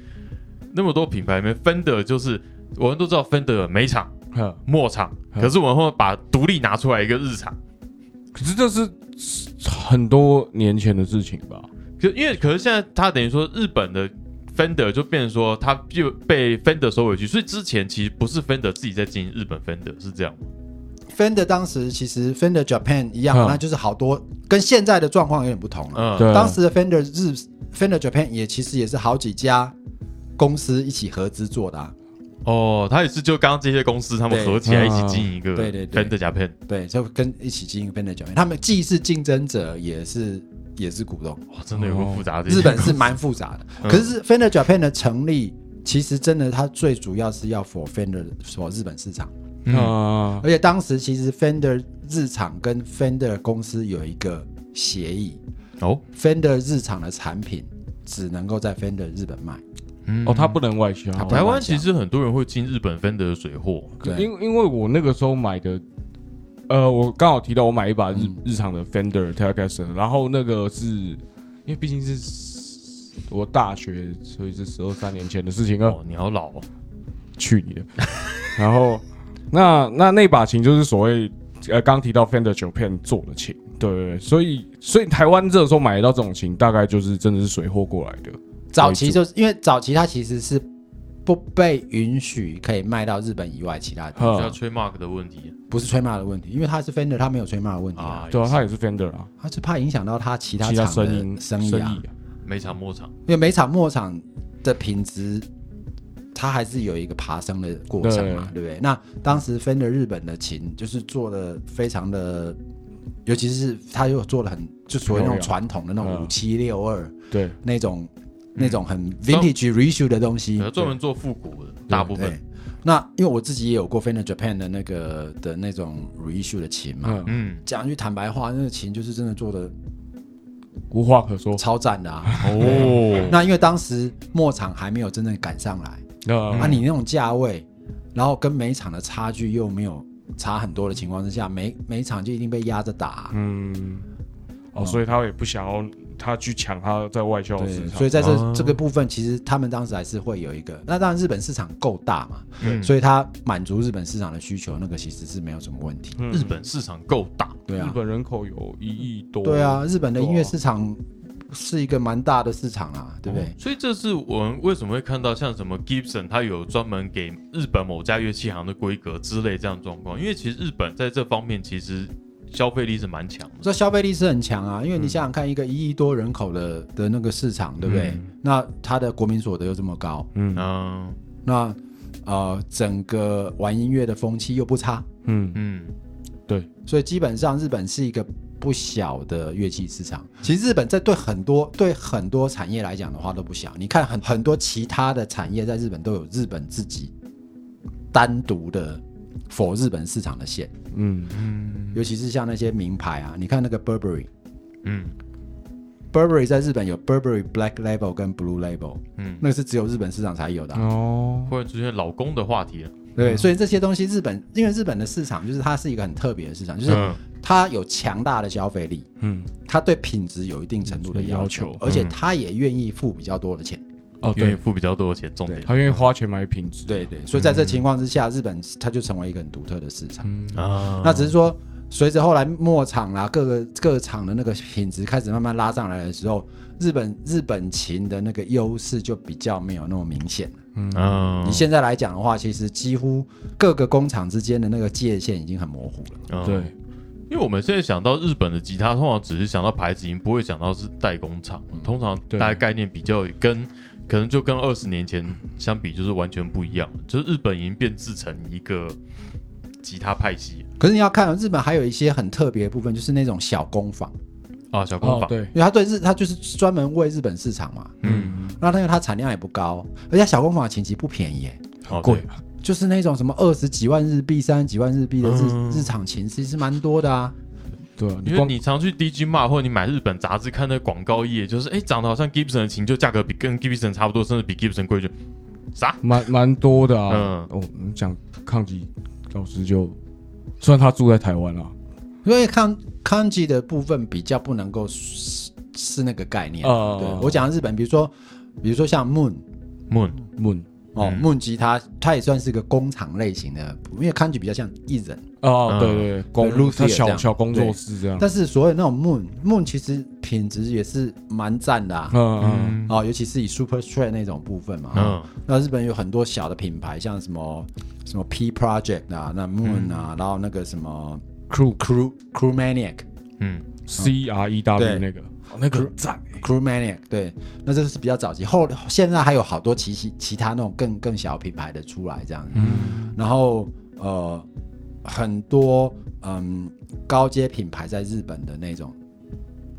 那么多品牌里面，Fender 就是我们都知道 Fender 美厂、嗯末厂，可是我们会把独立拿出来一个日厂。可是这是很多年前的事情吧？嗯可因为可是现在它等于说日本的 Fender 就变成说他就被 Fender 收回去，所以之前其实不是 Fender 自己在经营日本 Fender 是这样吗？ Fender 当时其实 Fender Japan 一样，嗯那就是好多跟现在的状况有点不同了。嗯，对啊当时的 Fender 日 Fender Japan 也其实也是好几家公司一起合资做的、啊，哦，他也是就刚刚这些公司他们对合起来一起嗯经营一个对对对 Fender Japan，对，就跟一起经营 Fender Japan，他们既是竞争者，也是也是股东。哇，真的有个哦复杂的哦日本是蛮复杂的，嗯可是 Fender Japan 的成立，其实真的它最主要是要 for Fender for 日本市场，嗯啊而且当时其实 Fender 日厂跟 Fender 公司有一个协议哦，Fender 日厂的产品只能够在 Fender 日本卖。嗯哦，他不能外销他，不台能湾其实很多人会进日本 Fender 的水货，对因因为我那个时候买的，呃，我刚好提到我买一把日、嗯日常的 Fender Telecaster，然后那个是因为毕竟是我大学，所以是十二三年前的事情了，哦，你好老哦，去你的！ (laughs) 然后那那那把琴就是所谓呃刚提到 Fender 九片做的琴，对对对，所以所以台湾这个时候买得到这种琴，大概就是真的是水货过来的，早期就是因为早期它其实是不被允许可以卖到日本以外其他地方，就要哈，吹 mark 的问题不是吹骂的问题，因为它是 Fender，它没有吹骂的问题啊啊，，嗯对啊，它也是 Fender 啊，它是怕影响到它其他其他厂声的音生意意啊，啊每场末场，因为每场末场的品质，它还是有一个爬升的过程嘛，对不对？那当时 Fender 日本的琴就是做的非常的，尤其是它又做的很就所谓那漂种亮传统的那种嗯五七六二对，那种。那种很 vintage reissue 的东西，嗯呃专门嗯做复古的大部分对，，那因为我自己也有过 Fender Japan 的那个的那种 reissue 的琴嘛，嗯，嗯，讲句坦白话，那个琴就是真的做的无话可说，超赞的啊。嗯哦，那因为当时末场还没有真正赶上来，那、啊，你那种价位，然后跟每场的差距又没有差很多的情况之下，每每场就一定被压着打啊、嗯，哦，嗯所以他也不想要他去抢他在外销的市对，场，所以在这、哦这个部分，其实他们当时还是会有一个。那当然，日本市场够大嘛，嗯所以它满足日本市场的需求，那个其实是没有什么问题。嗯日本市场够大，对啊，日本人口有一亿多，对啊，，日本的音乐对啊市场是一个蛮大的市场啊，对不嗯对？所以这是我们为什么会看到像什么 Gibson，它有专门给日本某家乐器行的规格之类这样的状况，因为其实日本在这方面其实消费力是蛮强的。这消费力是很强啊，因嗯为你想想看，一个一亿多人口的的那个市场，对不对？那它的国民所得又这么高，嗯嗯那呃，整个玩音乐的风气又不差，嗯，嗯，所以基本上日本是一个不小的乐器市场。其实日本在对很多对很多产业来讲的话都不小，你看很很多其他的产业在日本都有日本自己单独的否日本市场的线，嗯，尤其是像那些名牌啊，你看那个 Burberry。嗯 Burberry 在日本有 Burberry Black Label 跟 Blue Label，嗯嗯，那个是只有日本市场才有的啊、哦，忽然出现老公的话题了。对，所以这些东西日本，因为日本的市场就是它是一个很特别的市场，就是嗯它有强大的消费力，嗯，它对品质有一定程度的要求，要求而且它也愿意付比较多的钱。哦，愿意对，付比较多的钱，重点他愿意花钱买品质，对对，所以在这情况之下，日本它就成为一个很独特的市场。啊，那只是说，随着后来末场啦，各个各厂的那个品质开始慢慢拉上来的时候，日本日本琴的那个优势就比较没有那么明显了。嗯你现在来讲的话，其实几乎各个工厂之间的那个界限已经很模糊了。嗯对，因为我们现在想到日本的吉他，通常只是想到牌子，已经不会想到是代工厂。通常大嗯对家概念比较跟可能就跟二十年前相比，就是完全不一样。就是日本已经变制成一个吉他派系可是你要看哦日本还有一些很特别的部分，就是那种小工坊，啊，小工哦坊。对因，为它对日，它就是专门为日本市场嘛。嗯，那因为它产量也不高，而且小工坊的琴其实不便宜耶，好贵，就是那种什么二十几万日币、三十几万日币的日、嗯日常琴，其实蛮多的啊。对啊，因为光你常去 DG m a 或者你买日本杂志看那广告页，就是哎，长得好像 Gibson 的琴，就价格比跟 Gibson 差不多，甚至比 Gibson 贵，就啥？蛮蛮多的啊，哦，你讲抗击老师就，虽然他住在台湾啊，因为康康吉的部分比较不能够是是那个概念。哦对我讲的日本，比如说比如说像 Moon， Moon， Moon 哦，嗯木吉他它也算是个工厂类型的，因为 kanji 比较像艺人，哦嗯，对对，对工 Lucy 他也这小样小工作室这样，但是所有那种 moon moon 其实品质也是蛮赞的啊。嗯嗯嗯哦，尤其是以 Super Trend 那种部分嘛，哦嗯那日本有很多小的品牌，像什么什么 P Project 啊，那 Moon 啊，然后那个什么，Crew Crew Crew Maniac 嗯 C R E 对 W 那个哦那个赞欸， Crew Maniac，对，那这是比较早期，后现在还有好多其其其他那种更更小品牌的出来这样，嗯，然后呃很多嗯高阶品牌在日本的那种，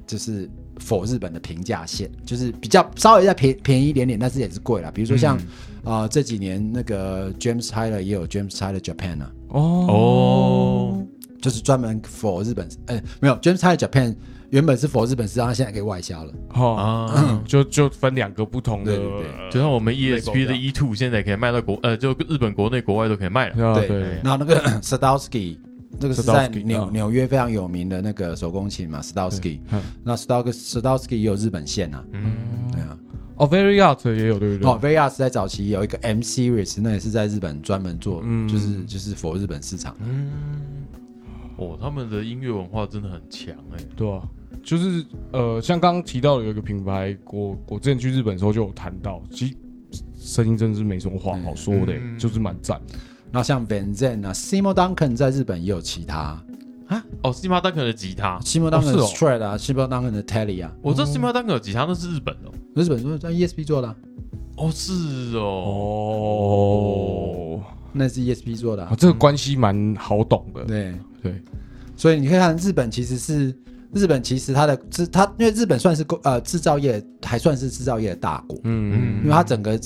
就是否日本的平价线，就是比较稍微再便便宜一点点，但是也是贵啦，比如说像、呃这几年那个 James Tyler 也有 James Tyler Japan 啊，哦，就是专门 for 日本，呃，没有 James Tyler Japan 原本是 for 日本市场，他现在给外销了。哦，啊，就就分两个不同的对对对呃就像我们 Label ESP 的这样 E Two 现在可以卖到国，呃，就日本国内国外都可以卖了。啊对对，然后那个 (coughs) Sadowski，那个是在 Sadowski，纽嗯纽约非常有名的那个手工琴嘛，Sadowski 嗯。那 Sadowski Sadowski 也有日本线啊，嗯，对啊。哦，Very Art 也有嗯对不对？哦 v r 是在早期有一个 M Series，那也是在日本专门做，嗯就是就是否日本市场。哦，他们的音乐文化真的很强哎。对啊，就是呃，像刚刚提到的有一个品牌，我我之前去日本的时候就有谈到，其实声音真的是没什么话好说的欸、就是蛮赞的。那像 Van Zen 啊，Simo Duncan 在日本也有其他哦，西马丹肯的吉他， ，Simo 哦是 Duncan 哦 Strat 啊，Simo Duncan 的 Telly 啊，我知道西马丹肯的吉他那是日本的哦。日本说在 ESP 做的啊，哦，是哦，哦，那是 ESP 做的啊啊，，这个关系蛮好懂的。对。对，所以你可以看日本其实是日本，其实它的制它因为日本算是工呃制造业还算是制造业的大国，嗯，因为它整个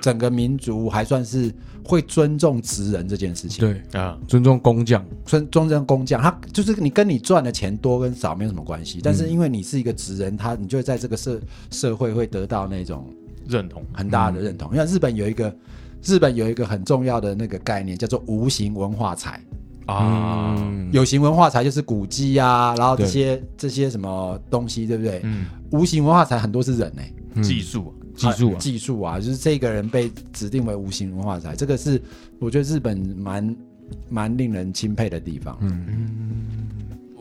整个民族还算是会尊重职人这件事情，对，啊，尊重工匠，尊尊重工匠，他就是你跟你赚的钱多跟少没有什么关嗯系，但是因为你是一个职人，他你就会在这个社社会会得到那种认同。很大嗯的认同，因为日本有一个。日本有一个很重要的那个概念，叫做无形文化财。啊，嗯，有形文化财就是古迹啊，然后这些这些什么东西，对不对？嗯，无形文化财很多是人呢、技术啊，嗯技术啊啊，技术啊，就是这个人被指定为无形文化财，这个是我觉得日本蛮蛮令人钦佩的地方。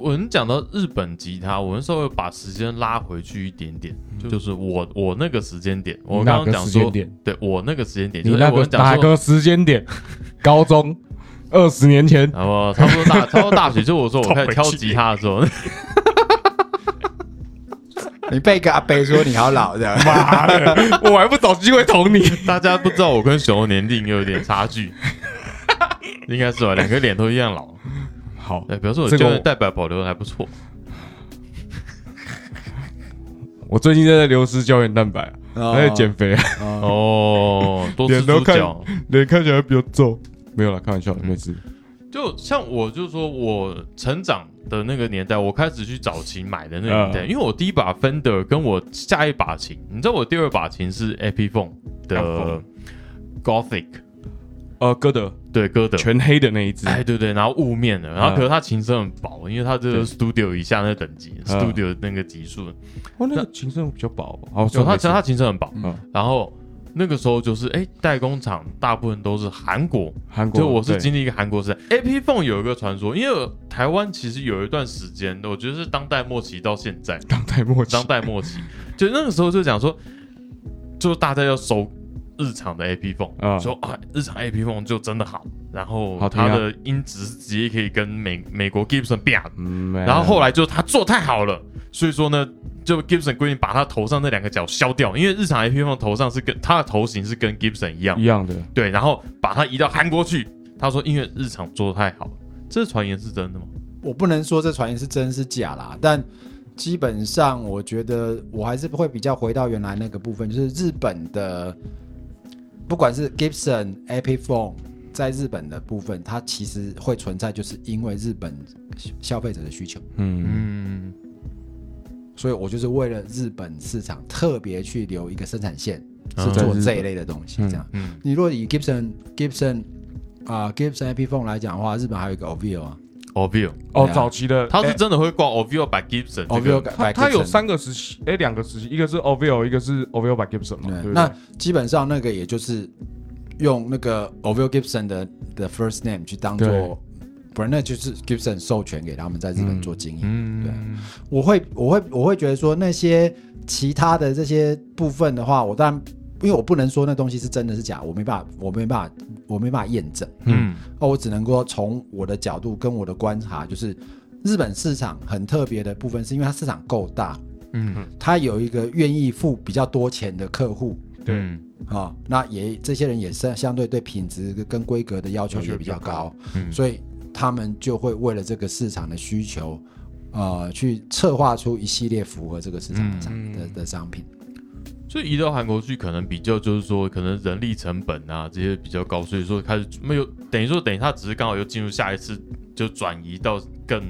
我们讲到日本吉他，我们稍微把时间拉回去一点点，就是我我那个时间点，我嗯你那刚刚个讲时说间点，对我那个时间点，你就是哎那我个们讲哪说，个时间点？高中二十年前，然后差不多大差不多大学，就我说我开始挑吉他的时候，你被一个阿伯说你好老的， (laughs) 妈的，我还不找机会捅你。大家不知道我跟熊的年龄有点差距，应该是吧？两个脸都一样老。 (laughs) 好，对，表示我这就个我代表保留得还不错。我最近在流失胶原蛋白，啊哦还在减肥，啊 (laughs) 哦，多吃脸都猪看脚。脸看起来比较嗯皱。没有啦，开玩笑的，没事。就像我，就说我成长的那个年代，我开始去找琴买的那个年代，嗯因为我第一把 Fender 跟我下一把琴，你知道我第二把琴是 Epiphone 的 Epiphone Gothic，呃，歌德对，歌德。全黑的那一只，哎，对对，然后雾面的，然后嗯可是它琴声很薄，因为它这对个 studio 以下那个等级嗯，studio 那个级数，哦，那个琴声比较薄。好，就算它没事它琴声很薄嗯，然后那个时候就是哎，代工厂大部分都是韩国，韩国，就我是对经历一个韩国时代，AP Phone 有一个传说，因为台湾其实有一段时间，我觉得是当代末期到现 (laughs) 在，当代末期当，代末期，就那个时候就讲说，就大家要收日常的 AP Phone，、啊说啊，日常 AP Phone 就真的好，然后好听啊它的音质是直接可以跟美美国 Gibson 比啊，嗯，然后后来来就他做太好了，所以说呢，就 Gibson 规定把他头上那两个角削掉，因为日常 AP Phone 头上是跟它的头型是跟 Gibson 一样一。样的，对，然后把它移到韩国去。他说因为日常做的太好了，这传言是真的吗？我不能说这传言是真是假啦，但基本上我觉得我还是会比较回到原来那个部分，就是日本的，不管是 Gibson、Epiphone 在日本的部分，它其实会存在，就是因为日本消费者的需求，嗯，嗯，所以我就是为了日本市场特别去留一个生产线，嗯是做这一类的东西。这样，嗯嗯你如果以 Gibson、Gibson 啊、Gibson Epiphone 来讲的话，日本还有一个 OVO 啊。 Ovio，哦，对啊早期的他是哎真的会挂 Ovio by Gibson 这个，Ovio 改他改他有 Gibson 三个时期，哎，两个时期，一个是 Ovio，一个是 Ovio by Gibson 嘛。对对，不对，那基本上那个也就是用那个 Oville Gibson 的的 first name 去当对做，不然那就是 Gibson 授权给他们在日本做经营。对嗯，我会我会我会觉得说那些其他的这些部分的话，我当然因为我不能说那东西是真的是假，我没办法我没办法我没办法验证。嗯哦，我只能够从我的角度跟我的观察，就是日本市场很特别的部分，是因为它市场够大，嗯，它有一个愿意付比较多钱的客户。对嗯啊、那也这些人也是相对对品质跟规格的要求也比较高，嗯所以他们就会为了这个市场的需求，呃，去策划出一系列符合这个市场的商、的的商品。所以移到韩国去，可能比较就是说，可能人力成本啊这些比较高，所以说开始没有等于说等于他只是刚好又进入下一次就转移到更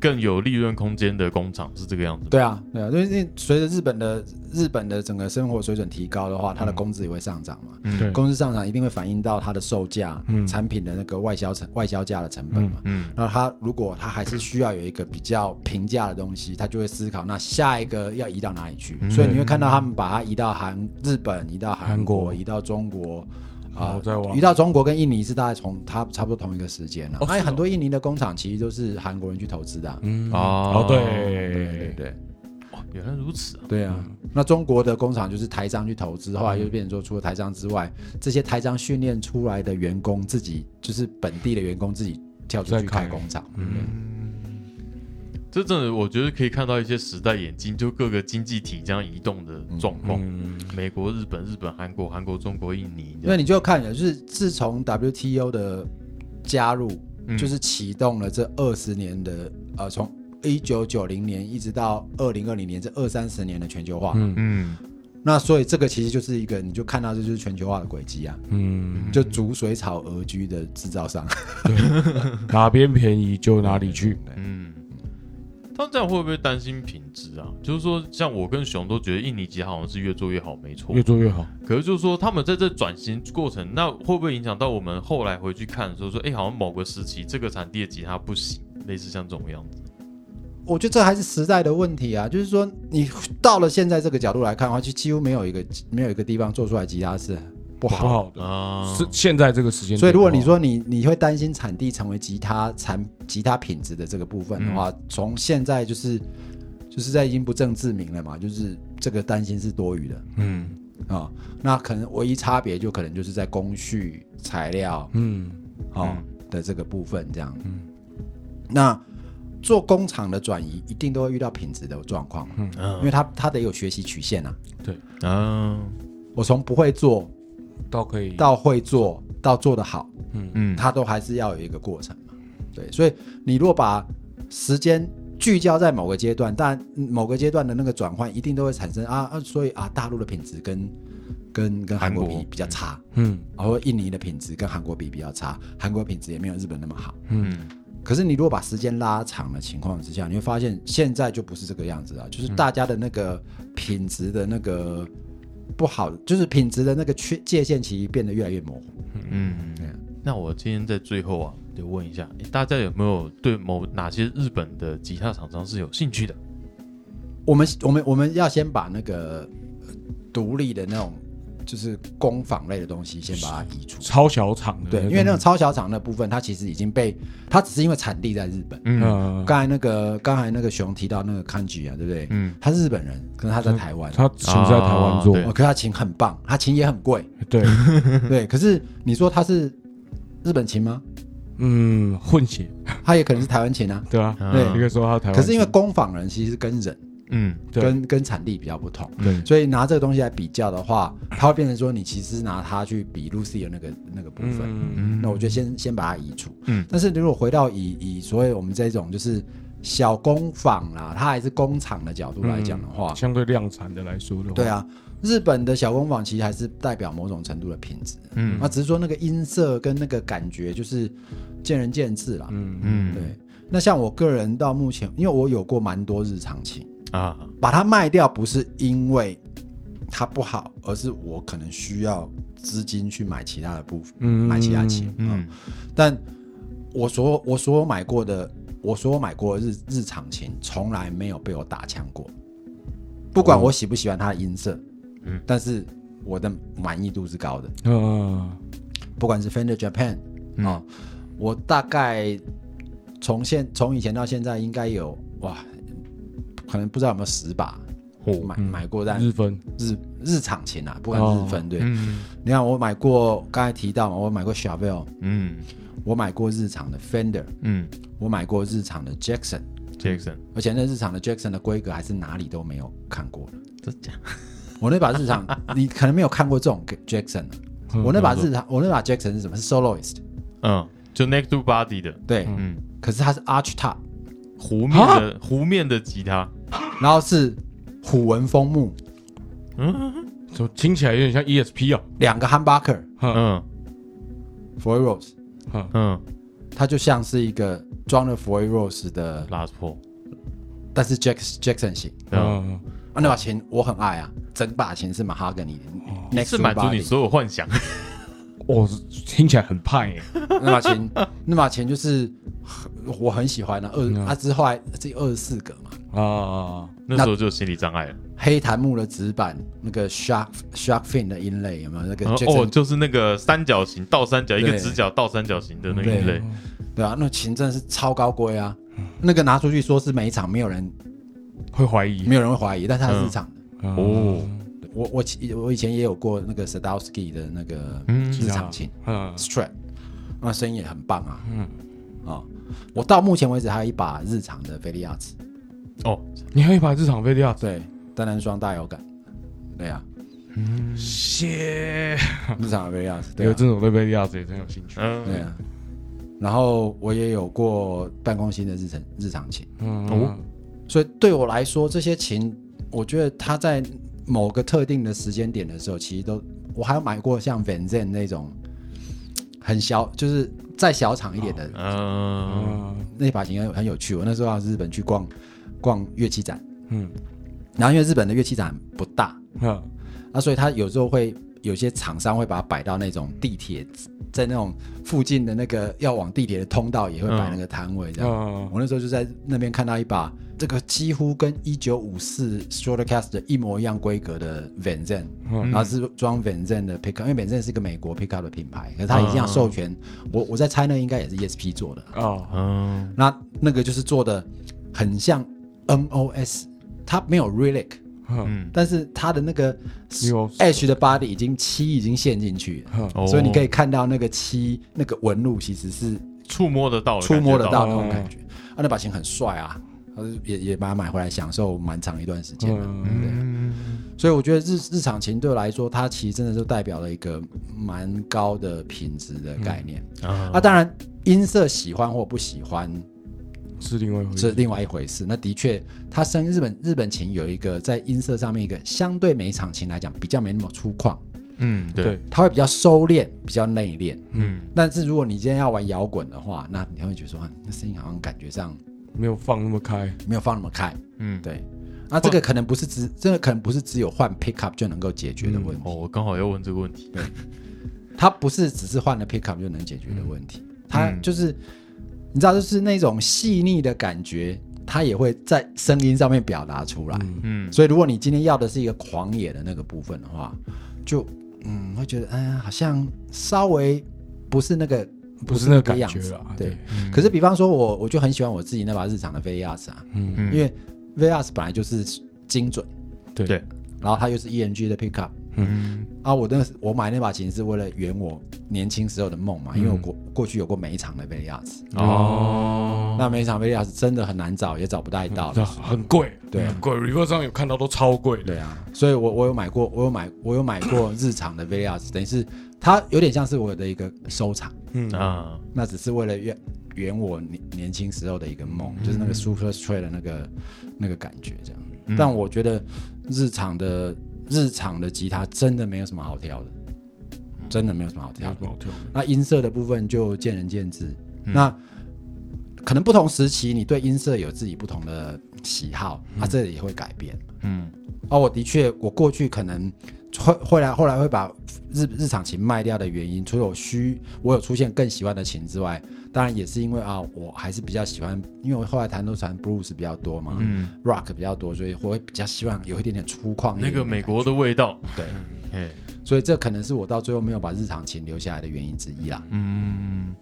更有利润空间的工厂，是这个样子吗。对啊，对啊，因为因为随着日本的日本的整个生活水准提高的话，它的工资也会上涨嘛。嗯对工资上涨一定会反映到它的售价、产品的那个外销成外销价的成本嘛。嗯那他如果他还是需要有一个比较平价的东西，他就会思考那下一个要移到哪里去。嗯所以你会看到他们把它移到韩、日本、移到韩国、韩国哦移到中国。然啊后再往，移到中国跟印尼是大概从它差不多同一个时间了、哦啊。是哎、哦很多印尼的工厂其实都是韩国人去投资的啊、嗯哦哦，对对，对哦原来如此啊，对啊。那中国的工厂就是台商去投资，后来就变成说，除了台商之外，这些台商训练出来的员工自己就是本地的员工自己跳出再去开开嗯工厂。这真的我觉得可以看到一些时代眼镜，就各个经济体这样移动的状况。嗯，美国、日本、日本、韩国、韩国、中国、印尼这因为样，你就看，就是自从 WTO 的加入，嗯就是启动了这二十年的呃，从一九九零年一直到二零二零年这二三十年的全球化。嗯嗯那所以这个其实就是一个，你就看到这就是全球化的轨迹啊，嗯，就逐水草而居的制造商。 (laughs) 哪边便宜就哪里去。嗯，他们这样会不会担心品质啊？就是说，像我跟熊都觉得印尼籍好像是越做越好，没错越。做越好。可是就是说，他们在这转型过程，那会不会影响到我们后来回去看的时候说，哎，好像某个时期这个产地的吉他不行，类似像这种样子。我觉得这还是时代的问题啊，就是说你到了现在这个角度来看的话，就几乎没有一个没有一个地方做出来吉他是不不好的。好的，啊，是现在这个时间点的话。哦所以，如果你说你你会担心产地成为吉他产吉他品质的这个部分的嗯话，从现在就是就是在已经不证自明了嘛，就是这个担心是多余的嗯啊、那可能唯一差别就可能就是在工序、材料嗯啊、的这个部分这样。嗯，那做工厂的转移一定都会遇到品质的状况嘛，嗯因为它它得有学习曲线啊。啊，我从不会做倒可以到会做到做得好，嗯，它都还是要有一个过程嘛。对，所以你如果把时间聚焦在某个阶段，但某个阶段的那个转换一定都会产生啊啊，所以啊，大陆的品质跟跟跟韩国韩国比比较差，嗯然后印尼的品质跟韩国比比较差，韩国品质也没有日本那么好。嗯可是你如果把时间拉长的情况之下，你会发现现在就不是这个样子啊，就是大家的那个品质的那个不好，就是品质的那个缺界限其实变得越来越模糊。嗯对啊，那我今天在最后啊，得问一下诶大家有没有对某哪些日本的吉他厂商是有兴趣的？我们我们我们要先把那个呃独立的那种就是工坊类的东西先把它移除。超小厂的对，种，因为那种超小厂的部分，它其实已经被它只是因为产地在日嗯本。呃，刚才那个刚才那个熊提到那个康吉啊，对不对？嗯他是日本人，可是他在台湾。他请在台湾做啊，对哦，可是他琴很棒，他琴也很贵，对，对。可是你说他是日本琴吗？嗯，混血，他也可能是台湾琴啊。对啊，对一个说他台湾，可是因为工坊人其实跟人嗯对跟跟产地比较不同，对所以拿这个东西来比较的话，它会变成说你其实拿它去比 Lucy 的那个那个部分。嗯嗯那我觉得先先把它移除。嗯但是如果回到以以所谓我们这种就是小工坊啦，它还是工厂的角度来讲的话，嗯相对量产的来说的话，对，啊，日本的小工坊其实还是代表某种程度的品质。嗯那只是说那个音色跟那个感觉就是见仁见智啦。嗯嗯对。那像我个人到目前，因为我有过蛮多日常琴。啊，把它卖掉不是因为它不好，而是我可能需要资金去买其他的部分，嗯买其他琴。嗯，嗯但我所我所有买过的，我所有买过的日日常琴，从来没有被我打枪过。不哦管我喜不喜欢它的音色，嗯，但是我的满意度是高的。嗯，不管是 Fender Japan 嗯啊、我大概从现从以前到现在应该有哇，可能不知道有没有十把哦，买买过，但日分，日日常琴啊，不管是日分对。嗯你看我买过，刚才提到嘛，我买过 Chevelle，嗯我买过日常的 Fender，嗯我买过日常的 Jackson， ，Jackson，而且那日常的 Jackson 的规格还是哪里都没有看过的。这假我那把日常，你可能没有看过这种 Jackson 啊我那把日常，我那把 Jackson 是什么？是 soloist，嗯，就 neck to body 的，对，嗯，可是它是 arch top，弧面的弧面的吉他，然后是虎纹枫木，怎么听起来有点像 ESP 啊？两个 humbucker 嗯 f o y rose，嗯它就像是一个装了 f o y rose 的， ，last p o 但是 Jack Jackson 型。嗯，嗯，啊，那把琴我很爱啊，整把琴是马哈根尼的，next 哦是满足你 body 所有幻想，我哦听起来很派耶。那把琴，那把琴就是很我很喜欢的、二、嗯啊，之后来这二十四个嘛，啊，那时候就有心理障碍了。黑檀木的纸板，那个 shark shark fin 的音类有没有？那个嗯 Jackson、哦，就是那个三角形倒三角，一个对直角倒三角形的那对一类，对啊，那琴真的是超高规啊，那个拿出去说是每一场没有人会怀疑啊没有人会怀疑，但是它是日常的。哦，我我其我以前也有过那个 Sadowski 的那个嗯日常琴、嗯 Strat，那声音也很棒啊。嗯啊、我到目前为止还有一把日常的菲利亚兹，哦，你还有一把日常飞利亚对，单人双大有感，对啊，谢，日常的菲利亚兹，对、有啊，这种对飞利亚也真有兴趣。对嗯，啊。然后我也有过办公室的日常日常琴，哦，所以对我来说，这些琴，我觉得它在某个特定的时间点的时候，其实都我还有买过像 Van Zen 那种很小，就是再小场一点的、哦嗯，嗯那把琴很有很有趣。我那时候到日本去逛逛乐器展，嗯然后因为日本的乐器展不大，嗯那所以它有时候会有些厂商会把它摆到那种地铁，在那种附近的那个要往地铁的通道也会摆那个摊位这样。嗯，我那时候就在那边看到一把这个几乎跟一九五四 Stratocaster 一模一样规格的 Van Zen，、然嗯后是装 Van Zen 的 pickup，因为 Van Zen 是个美国 pickup 的品牌，可是它一嗯样授权，我我在猜那应该也是 ESP 做的。哦，嗯，那那个就是做的很像 NOS，它没有 relic，嗯但是它的那个有 H 的 body 已经漆已经陷进去了，哦所以你可以看到那个漆那个纹路其实是触摸得到的哦感触觉，摸得到那感觉到种感觉。啊，那把琴很帅啊，他也也把它买回来享受蛮长一段时间的，嗯对不对？所以我觉得日日常琴对我来说，它其实真的就代表了一个蛮高的品质的概念。啊，啊，当然音色喜欢或不喜欢是另外一回这事。是另外一回事。那的确，它生日本日本琴有一个在音色上面一个相对每一场琴来讲比较没那么粗犷，嗯，对，对，它会比较收敛，比较内敛。嗯，但是如果你今天要玩摇滚的话，那你会觉得说，啊那声音好像感觉上没有放那么开。没有放那么开。嗯，对，那这个可能不是只，这个可能不是只有换 pickup 就能够解决的问题，哦，我刚好要问这个问题，它不是只是换了 pickup 就能解决的问题，它就是你知道，就是那种细腻的感觉，它也会在声音上面表达出来。嗯，所以，如果你今天要的是一个狂野的那个部分的话，就嗯，会觉得嗯，好像稍微不是那个。不是那个个感样觉子啦对对。嗯可是，比方说我，我就很喜欢我自己那把日常的 VS 啊，嗯因为 VS 本来就是精准，对对，然后它又是 EMG 的 pickup。嗯，啊，我那我买那把琴是为了圆我年轻时候的梦嗯嘛，因为我过过去有过每一场的贝利亚斯，哦，那每一场贝利亚斯真的很难找，也找不太到那了。很贵，对啊很贵。Reverse 上有看到都超贵的。对啊，所以我我有买过，我有买我有买过日常的贝利亚斯，等于是它有点像是我的一个收藏，嗯啊，那只是为了圆圆我年年轻时候的一个梦，就是那个 Super Stray 的那个那个感觉这样。但我觉得日常的日常的吉他真的没有什么好挑的，真的没有什么好没挑有的什。么好啊挑的。那音色的部分就见仁见智。嗯那可能不同时期，你对音色有自己不同的喜好，啊，这也会改变。嗯，啊，我的确，我过去可能会会来后来会把日日常琴卖掉的原因，除了我需我有出现更喜欢的琴之外，当然也是因为啊，我还是比较喜欢，因为我后来弹都弹 blues 比较多嘛，嗯， rock 比较多，所以我会比较希望有一点点粗犷一那点个点美的感国的味道，对，哎，觉，所以这可能是我到最后没有把日常琴留下来的原因之一啦。嗯，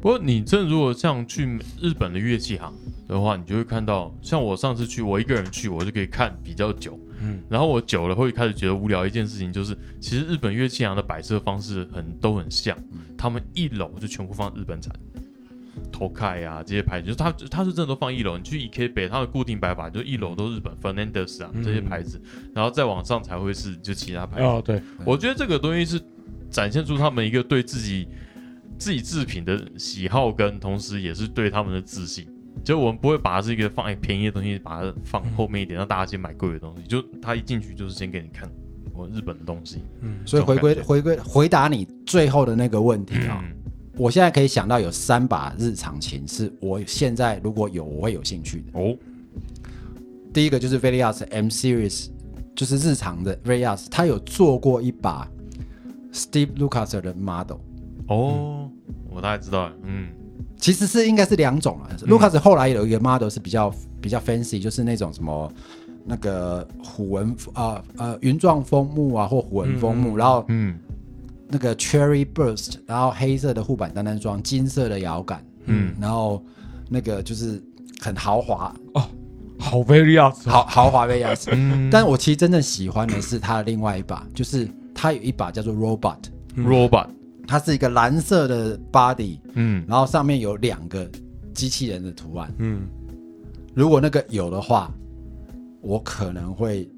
不过你这如果像去日本的乐器行的话，你就会看到，像我上次去，我一个人去，我就可以看比较久。嗯，然后我久了会开始觉得无聊。一件事情就是，其实日本乐器行的摆设方式很都很像，他们一楼就全部放日本产，头盖啊这些牌子，就是它它是真的都放一楼。你去 EK 北，它的固定摆法就是一楼都日本 Fernandez 啊这些牌子，然后再往上才会是就其他牌子。哦，对，我觉得这个东西是展现出他们一个对自己自己制品的喜好，跟同时也是对他们的自信。就我们不会把它是一个放哎便宜的东西，把它放后面一点，让大家先买贵的东西。就他一进去就是先给你看我日本的东西。嗯，所以回这归种回归回答你最后的那个问题啊、嗯我现在可以想到有三把日常琴是我现在如果有我会有兴趣的。哦，第一个就是 Velias M Series，就是日常的 Velias，他有做过一把 Steve Lucas 的 model，哦，我大概知道了。嗯，其实是应该是两种啊。Lucas 后来有一个 model 是比较比较 fancy，就是那种什么那个虎纹啊呃云状枫木啊或虎纹枫木，然后嗯那个 Cherry Burst，然后黑色的护板单单装，金色的摇杆，嗯，然后那个就是很豪华，好 very up，豪豪华的样子。嗯但我其实真正喜欢的是它的另外一把，就是它有一把叫做 Robot， ，robot，它是一个蓝色的 body，嗯然后上面有两个机器人的图案。嗯，如果那个有的话，我可能会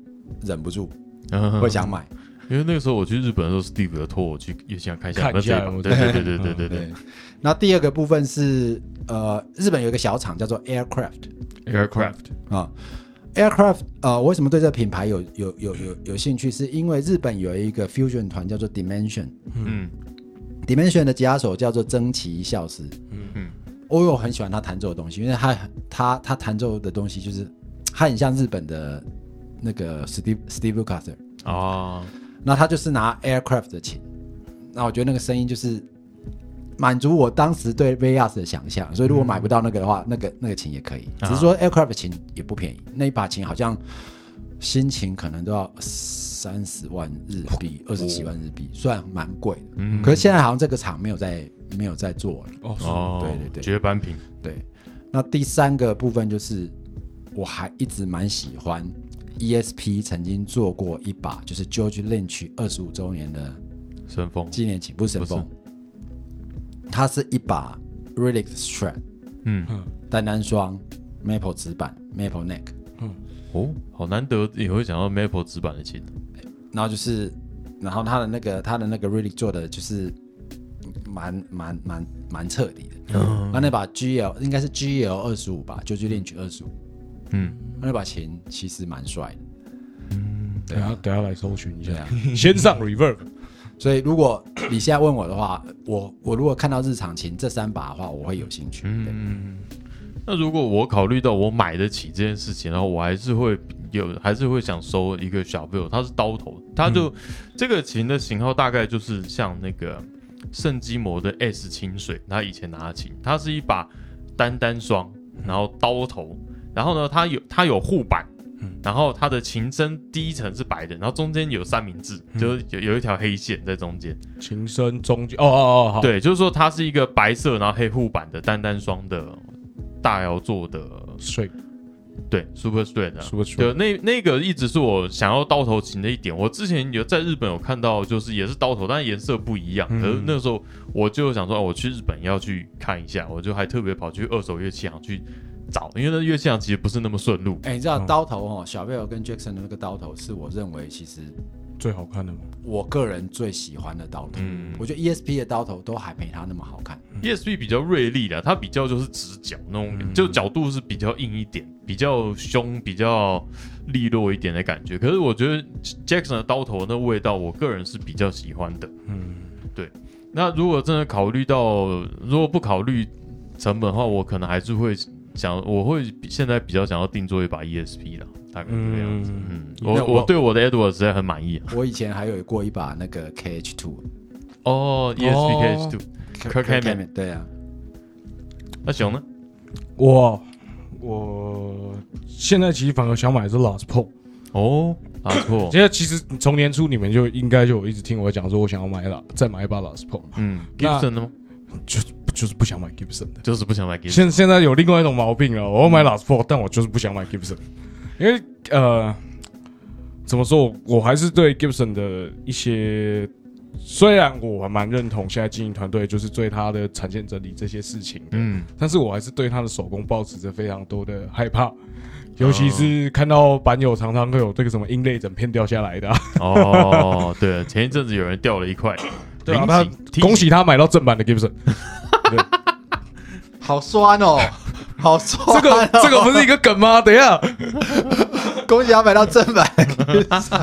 忍不住会嗯，想买。因为那个时候我去日本的时候，Steve 有托我去也想看一下看一下那这我一把对对对对对对对，那第二个部分是呃，日本有一个小厂叫做 Aircraft 对，aircraft，啊。Aircraft，呃，我为什么对这个品牌有有有有有兴趣？是因为日本有一个 fusion 团叫做 Dimension，嗯 Dimension 的吉他手叫做曾崎孝司，嗯嗯嗯嗯，我有很喜欢他弹奏的东西，因为他他他弹奏的东西就是他很像日本的那个 Steve Steve Lukather，啊，那他就是拿 Aircraft 的琴，那我觉得那个声音就是满足我当时对 Vegas 的想象，所以如果买不到那个的话，那个那个琴也可以，只是说 Aircraft 的琴也不便宜，那一把琴好像新琴可能都要三十万日币，二十几万日币，虽然蛮贵的，嗯可是现在好像这个厂没有在没有在做了，哦，是哦，对对对绝版品，对。那第三个部分就是，我还一直蛮喜欢 ESP 曾经做过一把，就是 George Lynch 二十五周年的神风，纪念琴，不是神风，它是一把 Relic Strat 嗯，单单双 Maple 指板 Maple Neck，哦，好难得也会想到 Maple 纸板的琴，然后就是，然后它的那个它的那个 Relic 做的就是蛮蛮蛮蛮彻底的。嗯，那那把 GL 应该是 GL 二十五吧，George Lynch 二十五，嗯，那把琴其实蛮帅的。等下啊等下来搜寻一对下，啊，先上 reverb，所以如果你现在问我的话，我我如果看到日常琴这三把的话，我会有兴趣。对，那如果我考虑到我买得起这件事情，然后我还是会有，还是会想收一个小 v i l 它是刀头，它就、这个琴的型号大概就是像那个圣基摩的 S 清水，他以前拿的琴，它是一把单单双，然后刀头，然后呢，它有它有护板。然后它的琴身第一层是白的，然后中间有三明治，就是有有一条黑线在中间。琴声中间，哦哦哦，好，对，就是说它是一个白色然后黑护板的单单双的大摇座的，水对，Super Straight 啊。说出对，那那个一直是我想要刀头琴的一点。我之前有在日本有看到，就是也是刀头，但颜色不一样。可是那时候我就想说，哦我去日本要去看一下，我就还特别跑去二手乐器行去找，因为那乐器行其实不是那么顺路。哎、你知嗯道刀头哦，小贝尔跟 Jackson 的那个刀头是我认为其实最好看的吗？我个人最喜欢的刀头。嗯我觉得 ESP 的刀头都还没他那么好看。 ESP 比较锐利的，它比较就是直角那种，就角度是比较硬一点，比较凶，比较利落一点的感觉。可是我觉得 Jackson 的刀头那味道，我个人是比较喜欢的。嗯，那如果真的考虑到，如果不考虑成本的话，我可能还是会想，我会比现在比较想要定做一把 ESP 啦。大概这个样子。嗯嗯，那我我我对我的 Edward 实在很满意。啊我以前还有过一把那个 KH Two 哦，ESPK Two，Kirk Hammett 对啊，那熊呢？我我现在其实反而想买的是 Last Paul。哦，啊错，现在其实从年初你们就应该就有一直听我讲说，我想要买了再买一把 Last (laughs) Paul，嗯那，Gibson 呢吗？就是不想买 Gibson 的。 (laughs) 就是不想买 Gibson。现现在有另外一种毛病了，我要买 Last Paul，但我就是不想买 Gibson，因为呃，怎么说，我我还是对 Gibson 的一些，虽然我还蛮认同现在经营团队就是对他的产线整理这些事情的，嗯，但是我还是对他的手工抱持着非常多的害怕，尤哦其是看到板友常常会有这个什么英类整片掉下来的啊、哦，对，前一阵子有人掉了一块，对啊菱他形梯恭喜他买到正版的 (laughs) Gibson，好酸哦，好这酸哦个这个不是一个梗 (laughs) 吗？等一下，恭喜他买到正版，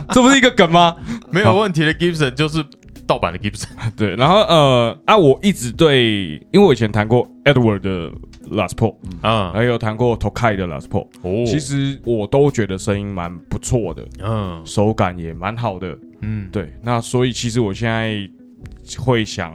这不是一个梗吗？没有问题的 Gibson 就是盗版的 Gibson。对，然后呃啊，我一直对，因为我以前弹过 Edward 的 Last Paul，啊，还有弹过 Tokai 的 Last Paul，哦，哎其实我都觉得声音蛮不错的，嗯手感也蛮好的。嗯，对，那所以其实我现在会想，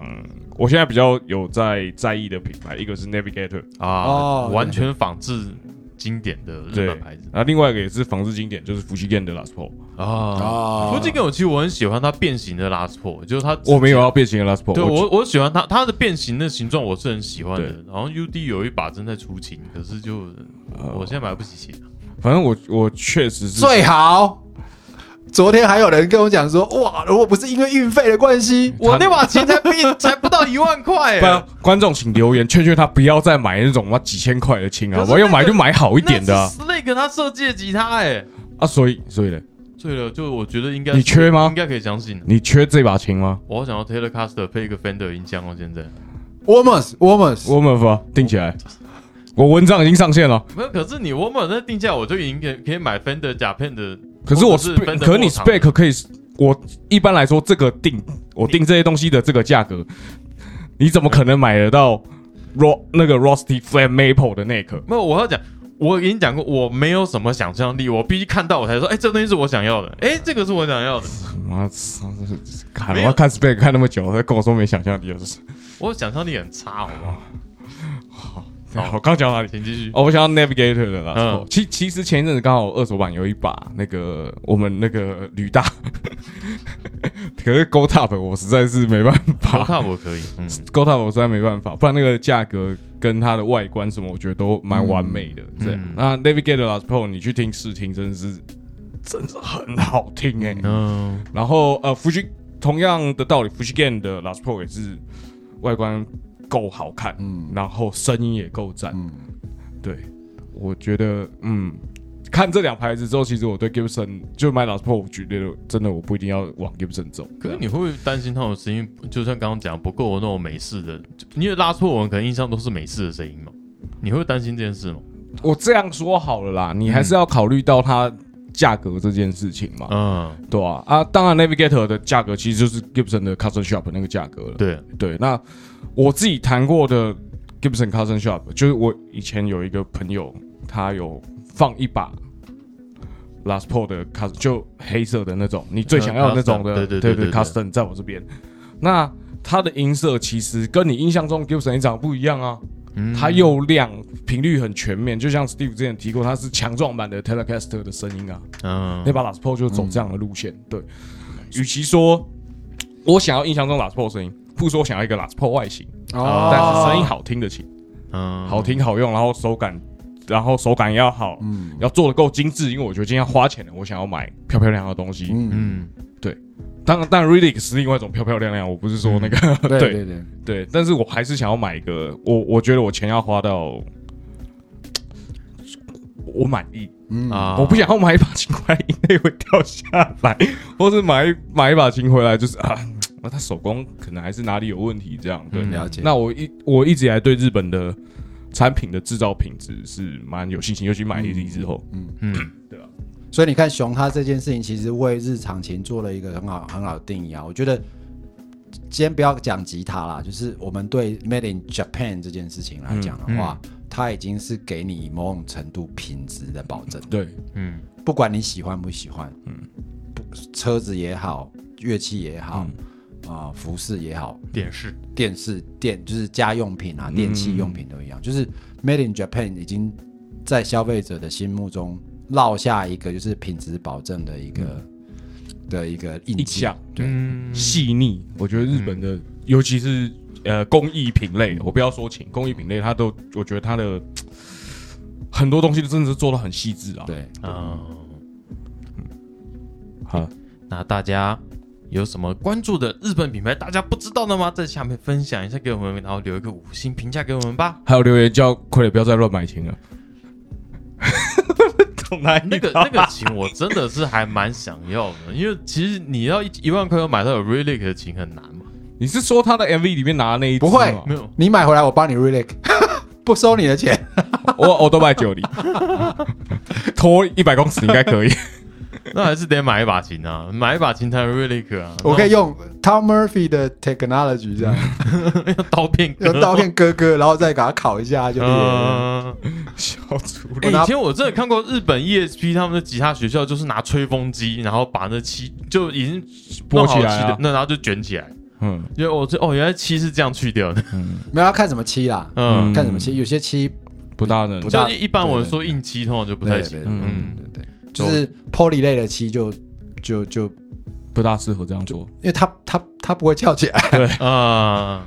我现在比较有在在意的品牌，一个是 Navigator，啊，哦完全仿制经典的日对本牌子然后另外一个也是仿制经典，就是福西 Gen 的 Last Paul。啊。哦福吉给我其实我很喜欢它变形的 Last Pro，就是它我没有要变形的 Last Paul，对我我我喜欢它它的变形的形状我是很喜欢的对。然后 UD 有一把正在出琴，可是就我现在买不起琴。反正我我确实是最好。昨天还有人跟我讲说，哇，如果不是因为运费的关系，我那把琴才比才不到一万块不然耶。观众请留言劝劝他不要再买那种妈几千块的琴啊！可是我要那个买就买好一点的啊！那个他设计的吉他哎，啊所以所以呢，对了，就我觉得应该你缺吗应该可以相信的。你缺这把琴吗我好想要 Telecaster 配一个 Fender 音箱哦，现在 Warmers Warmers，我 a r 啊，定起来。我文章已经上线了，没有，可是你我买那定价我就已经可以可以买 Fender 假片的，可是或我者是 spec， Fender 可是过你场的 spec 可以，我一般来说这个定我定这些东西的这个价格，你怎么可能买得到 ro 那个 rusty flat maple 的那颗？没有，我要讲，我跟你讲过，我没有什么想象力，我必须看到我才说，哎、这东西是我想要的，哎、这个是我想要的。妈操！看没我有要看 spec 看那么久，他跟我说没想象力，就是我想哎象力很差，好不好？好 (laughs) 我刚讲哪里？请继续。哦，我想要 Navigator 的啦。嗯其其实前一阵子刚好二手版有一把那个我们那个吕大， (laughs) 可是 Go Top 我实在是没办好法看我可以，嗯， ，Go Top 我实在没办法，不然那个价格跟它的外观什么，我觉得都蛮完美的。这样嗯，那 Navigator Last Pro 你去听试听，真的是真的很好听哎、 (laughs) 嗯，然后呃，福西同样的道理，福西 Gan 的 Last Pro 也是外观够好看，嗯，然后声音也够赞，嗯，对，我觉得嗯，看这两牌子之后，其实我对 Gibson 就买 Last Pro，我觉得真的我不一定要往 Gibson 走，可是你会不会担心他们的声音？就像刚刚讲不够那种美式的，就因为拉错我们可能印象都是美式的声音嘛，你会担心这件事吗？我这样说好了啦，你还是要考虑到它价格这件事情嘛，嗯，对啊，啊，当然 Navigator 的价格其实就是 Gibson 的 Custom Shop 那个价格了，对，对，那我自己弹过的 Gibson Cousin Shop，就是我以前有一个朋友，他有放一把 Last Paul 的 Custom，就黑色的那种，你最想要的那种的，嗯，custom，对对对对对对 Custom 在我这边。那它的音色其实跟你印象中 Gibson 音长不一样啊，嗯它又亮，频率很全面，就像 Steve 之前提过，它是强壮版的 Telecaster 的声音啊。嗯那把 Last Pro 就走这样的路嗯线。对，与其说我想要印象中 Last Pro 的声音，不如说我想要一个 Last Pro 外形，啊哦但是声音好听的琴，嗯好，听好用，然后手感，然后手感要好，嗯要做的够精致，因为我觉得今天要花钱了，我想要买漂漂亮亮的东西。嗯，嗯当然，当然 Relic 是另外一种漂漂亮亮，我不是说那个、嗯 (laughs) 哦对对对对，对，但是我还是想要买一个，我我觉得我钱要花到。我满意，嗯啊，我不想要买一把琴回来，因为会掉下来，或是买一买一把琴回来，就是啊，那他手工可能还是哪里有问题，这样对。嗯了解。那我一我一直以来对日本的产品的制造品质是蛮有信心，尤其买 AD 之后，嗯所以你看熊他这件事情，其实为日常琴做了一个很好很好的定义啊。我觉得先不要讲吉他啦，就是我们对 Made in Japan 这件事情来讲的话，它它已经是给你某种程度品质的保证，对，嗯不管你喜欢不喜欢，嗯，车子也好，乐器也好，啊、服饰也好，电视电视电就是家用品啊，电器用品都一样，就是 Made in Japan 已经在消费者的心目中落下一个就是品质保证的一个、的一个印印记。象对，嗯细腻，我觉得日本的，尤其是呃工艺品类，我不要说情，工艺品类它都，我觉得它的很多东西都真的是做到很细致啊。，对，啊。好，那大家有什么关注的日本品牌大家不知道的吗？在下面分享一下给我们，然后留一个五星评价给我们吧。还有留言叫快点不要再乱买琴了。懂哪那个那个琴我真的是还蛮想要的，因为其实你要一一万块要买到有 Relic 的琴很难嘛。你是说他的 MV 里面拿的那一只不会吗没有，你买回来我帮你 relic，不 (laughs) 收你的钱。我我都卖 (laughs) 九零，拖一百公尺应该可以。那还是得买一把琴啊，买一把琴才有 Relic 啊。我可以用 Tom Murphy 的 technology 这样，然后用刀片割， (laughs) 用刀片割割，然后再给它烤一下就裂了。嗯。小猪哎、我拿以前我真的看过日本 ESP 他们的吉他学校，就是拿吹风机，然后把那漆就已经拨弄好起漆来的啊，那然后就卷起来。嗯因为我这哦，原来漆是这样去掉的。没有要看什么漆啦，嗯，看什么漆，有些漆不大能不，大就一般我们说硬漆通常就不太行。对对嗯，对对，就是 poly 类的漆就就就，因不大适合这样做。为它它它不会翘起来。啊，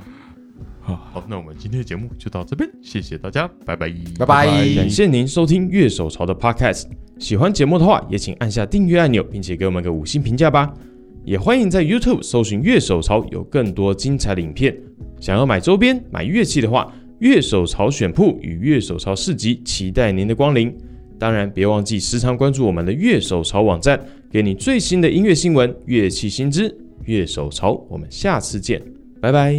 好好，那我们今天的节目就到这边，谢谢大家，拜拜，拜拜。感谢您收听乐手潮的 Podcast。喜欢节目的话，也请按下订阅按钮，并且给我们个五星评价吧。也欢迎在 YouTube 搜寻“乐手潮”，有更多精彩的影片。想要买周边、买乐器的话，乐手潮选铺与乐手潮市集期待您的光临。当然，别忘记时常关注我们的乐手潮网站，给你最新的音乐新闻、乐器新知。乐手潮，我们下次见，拜拜。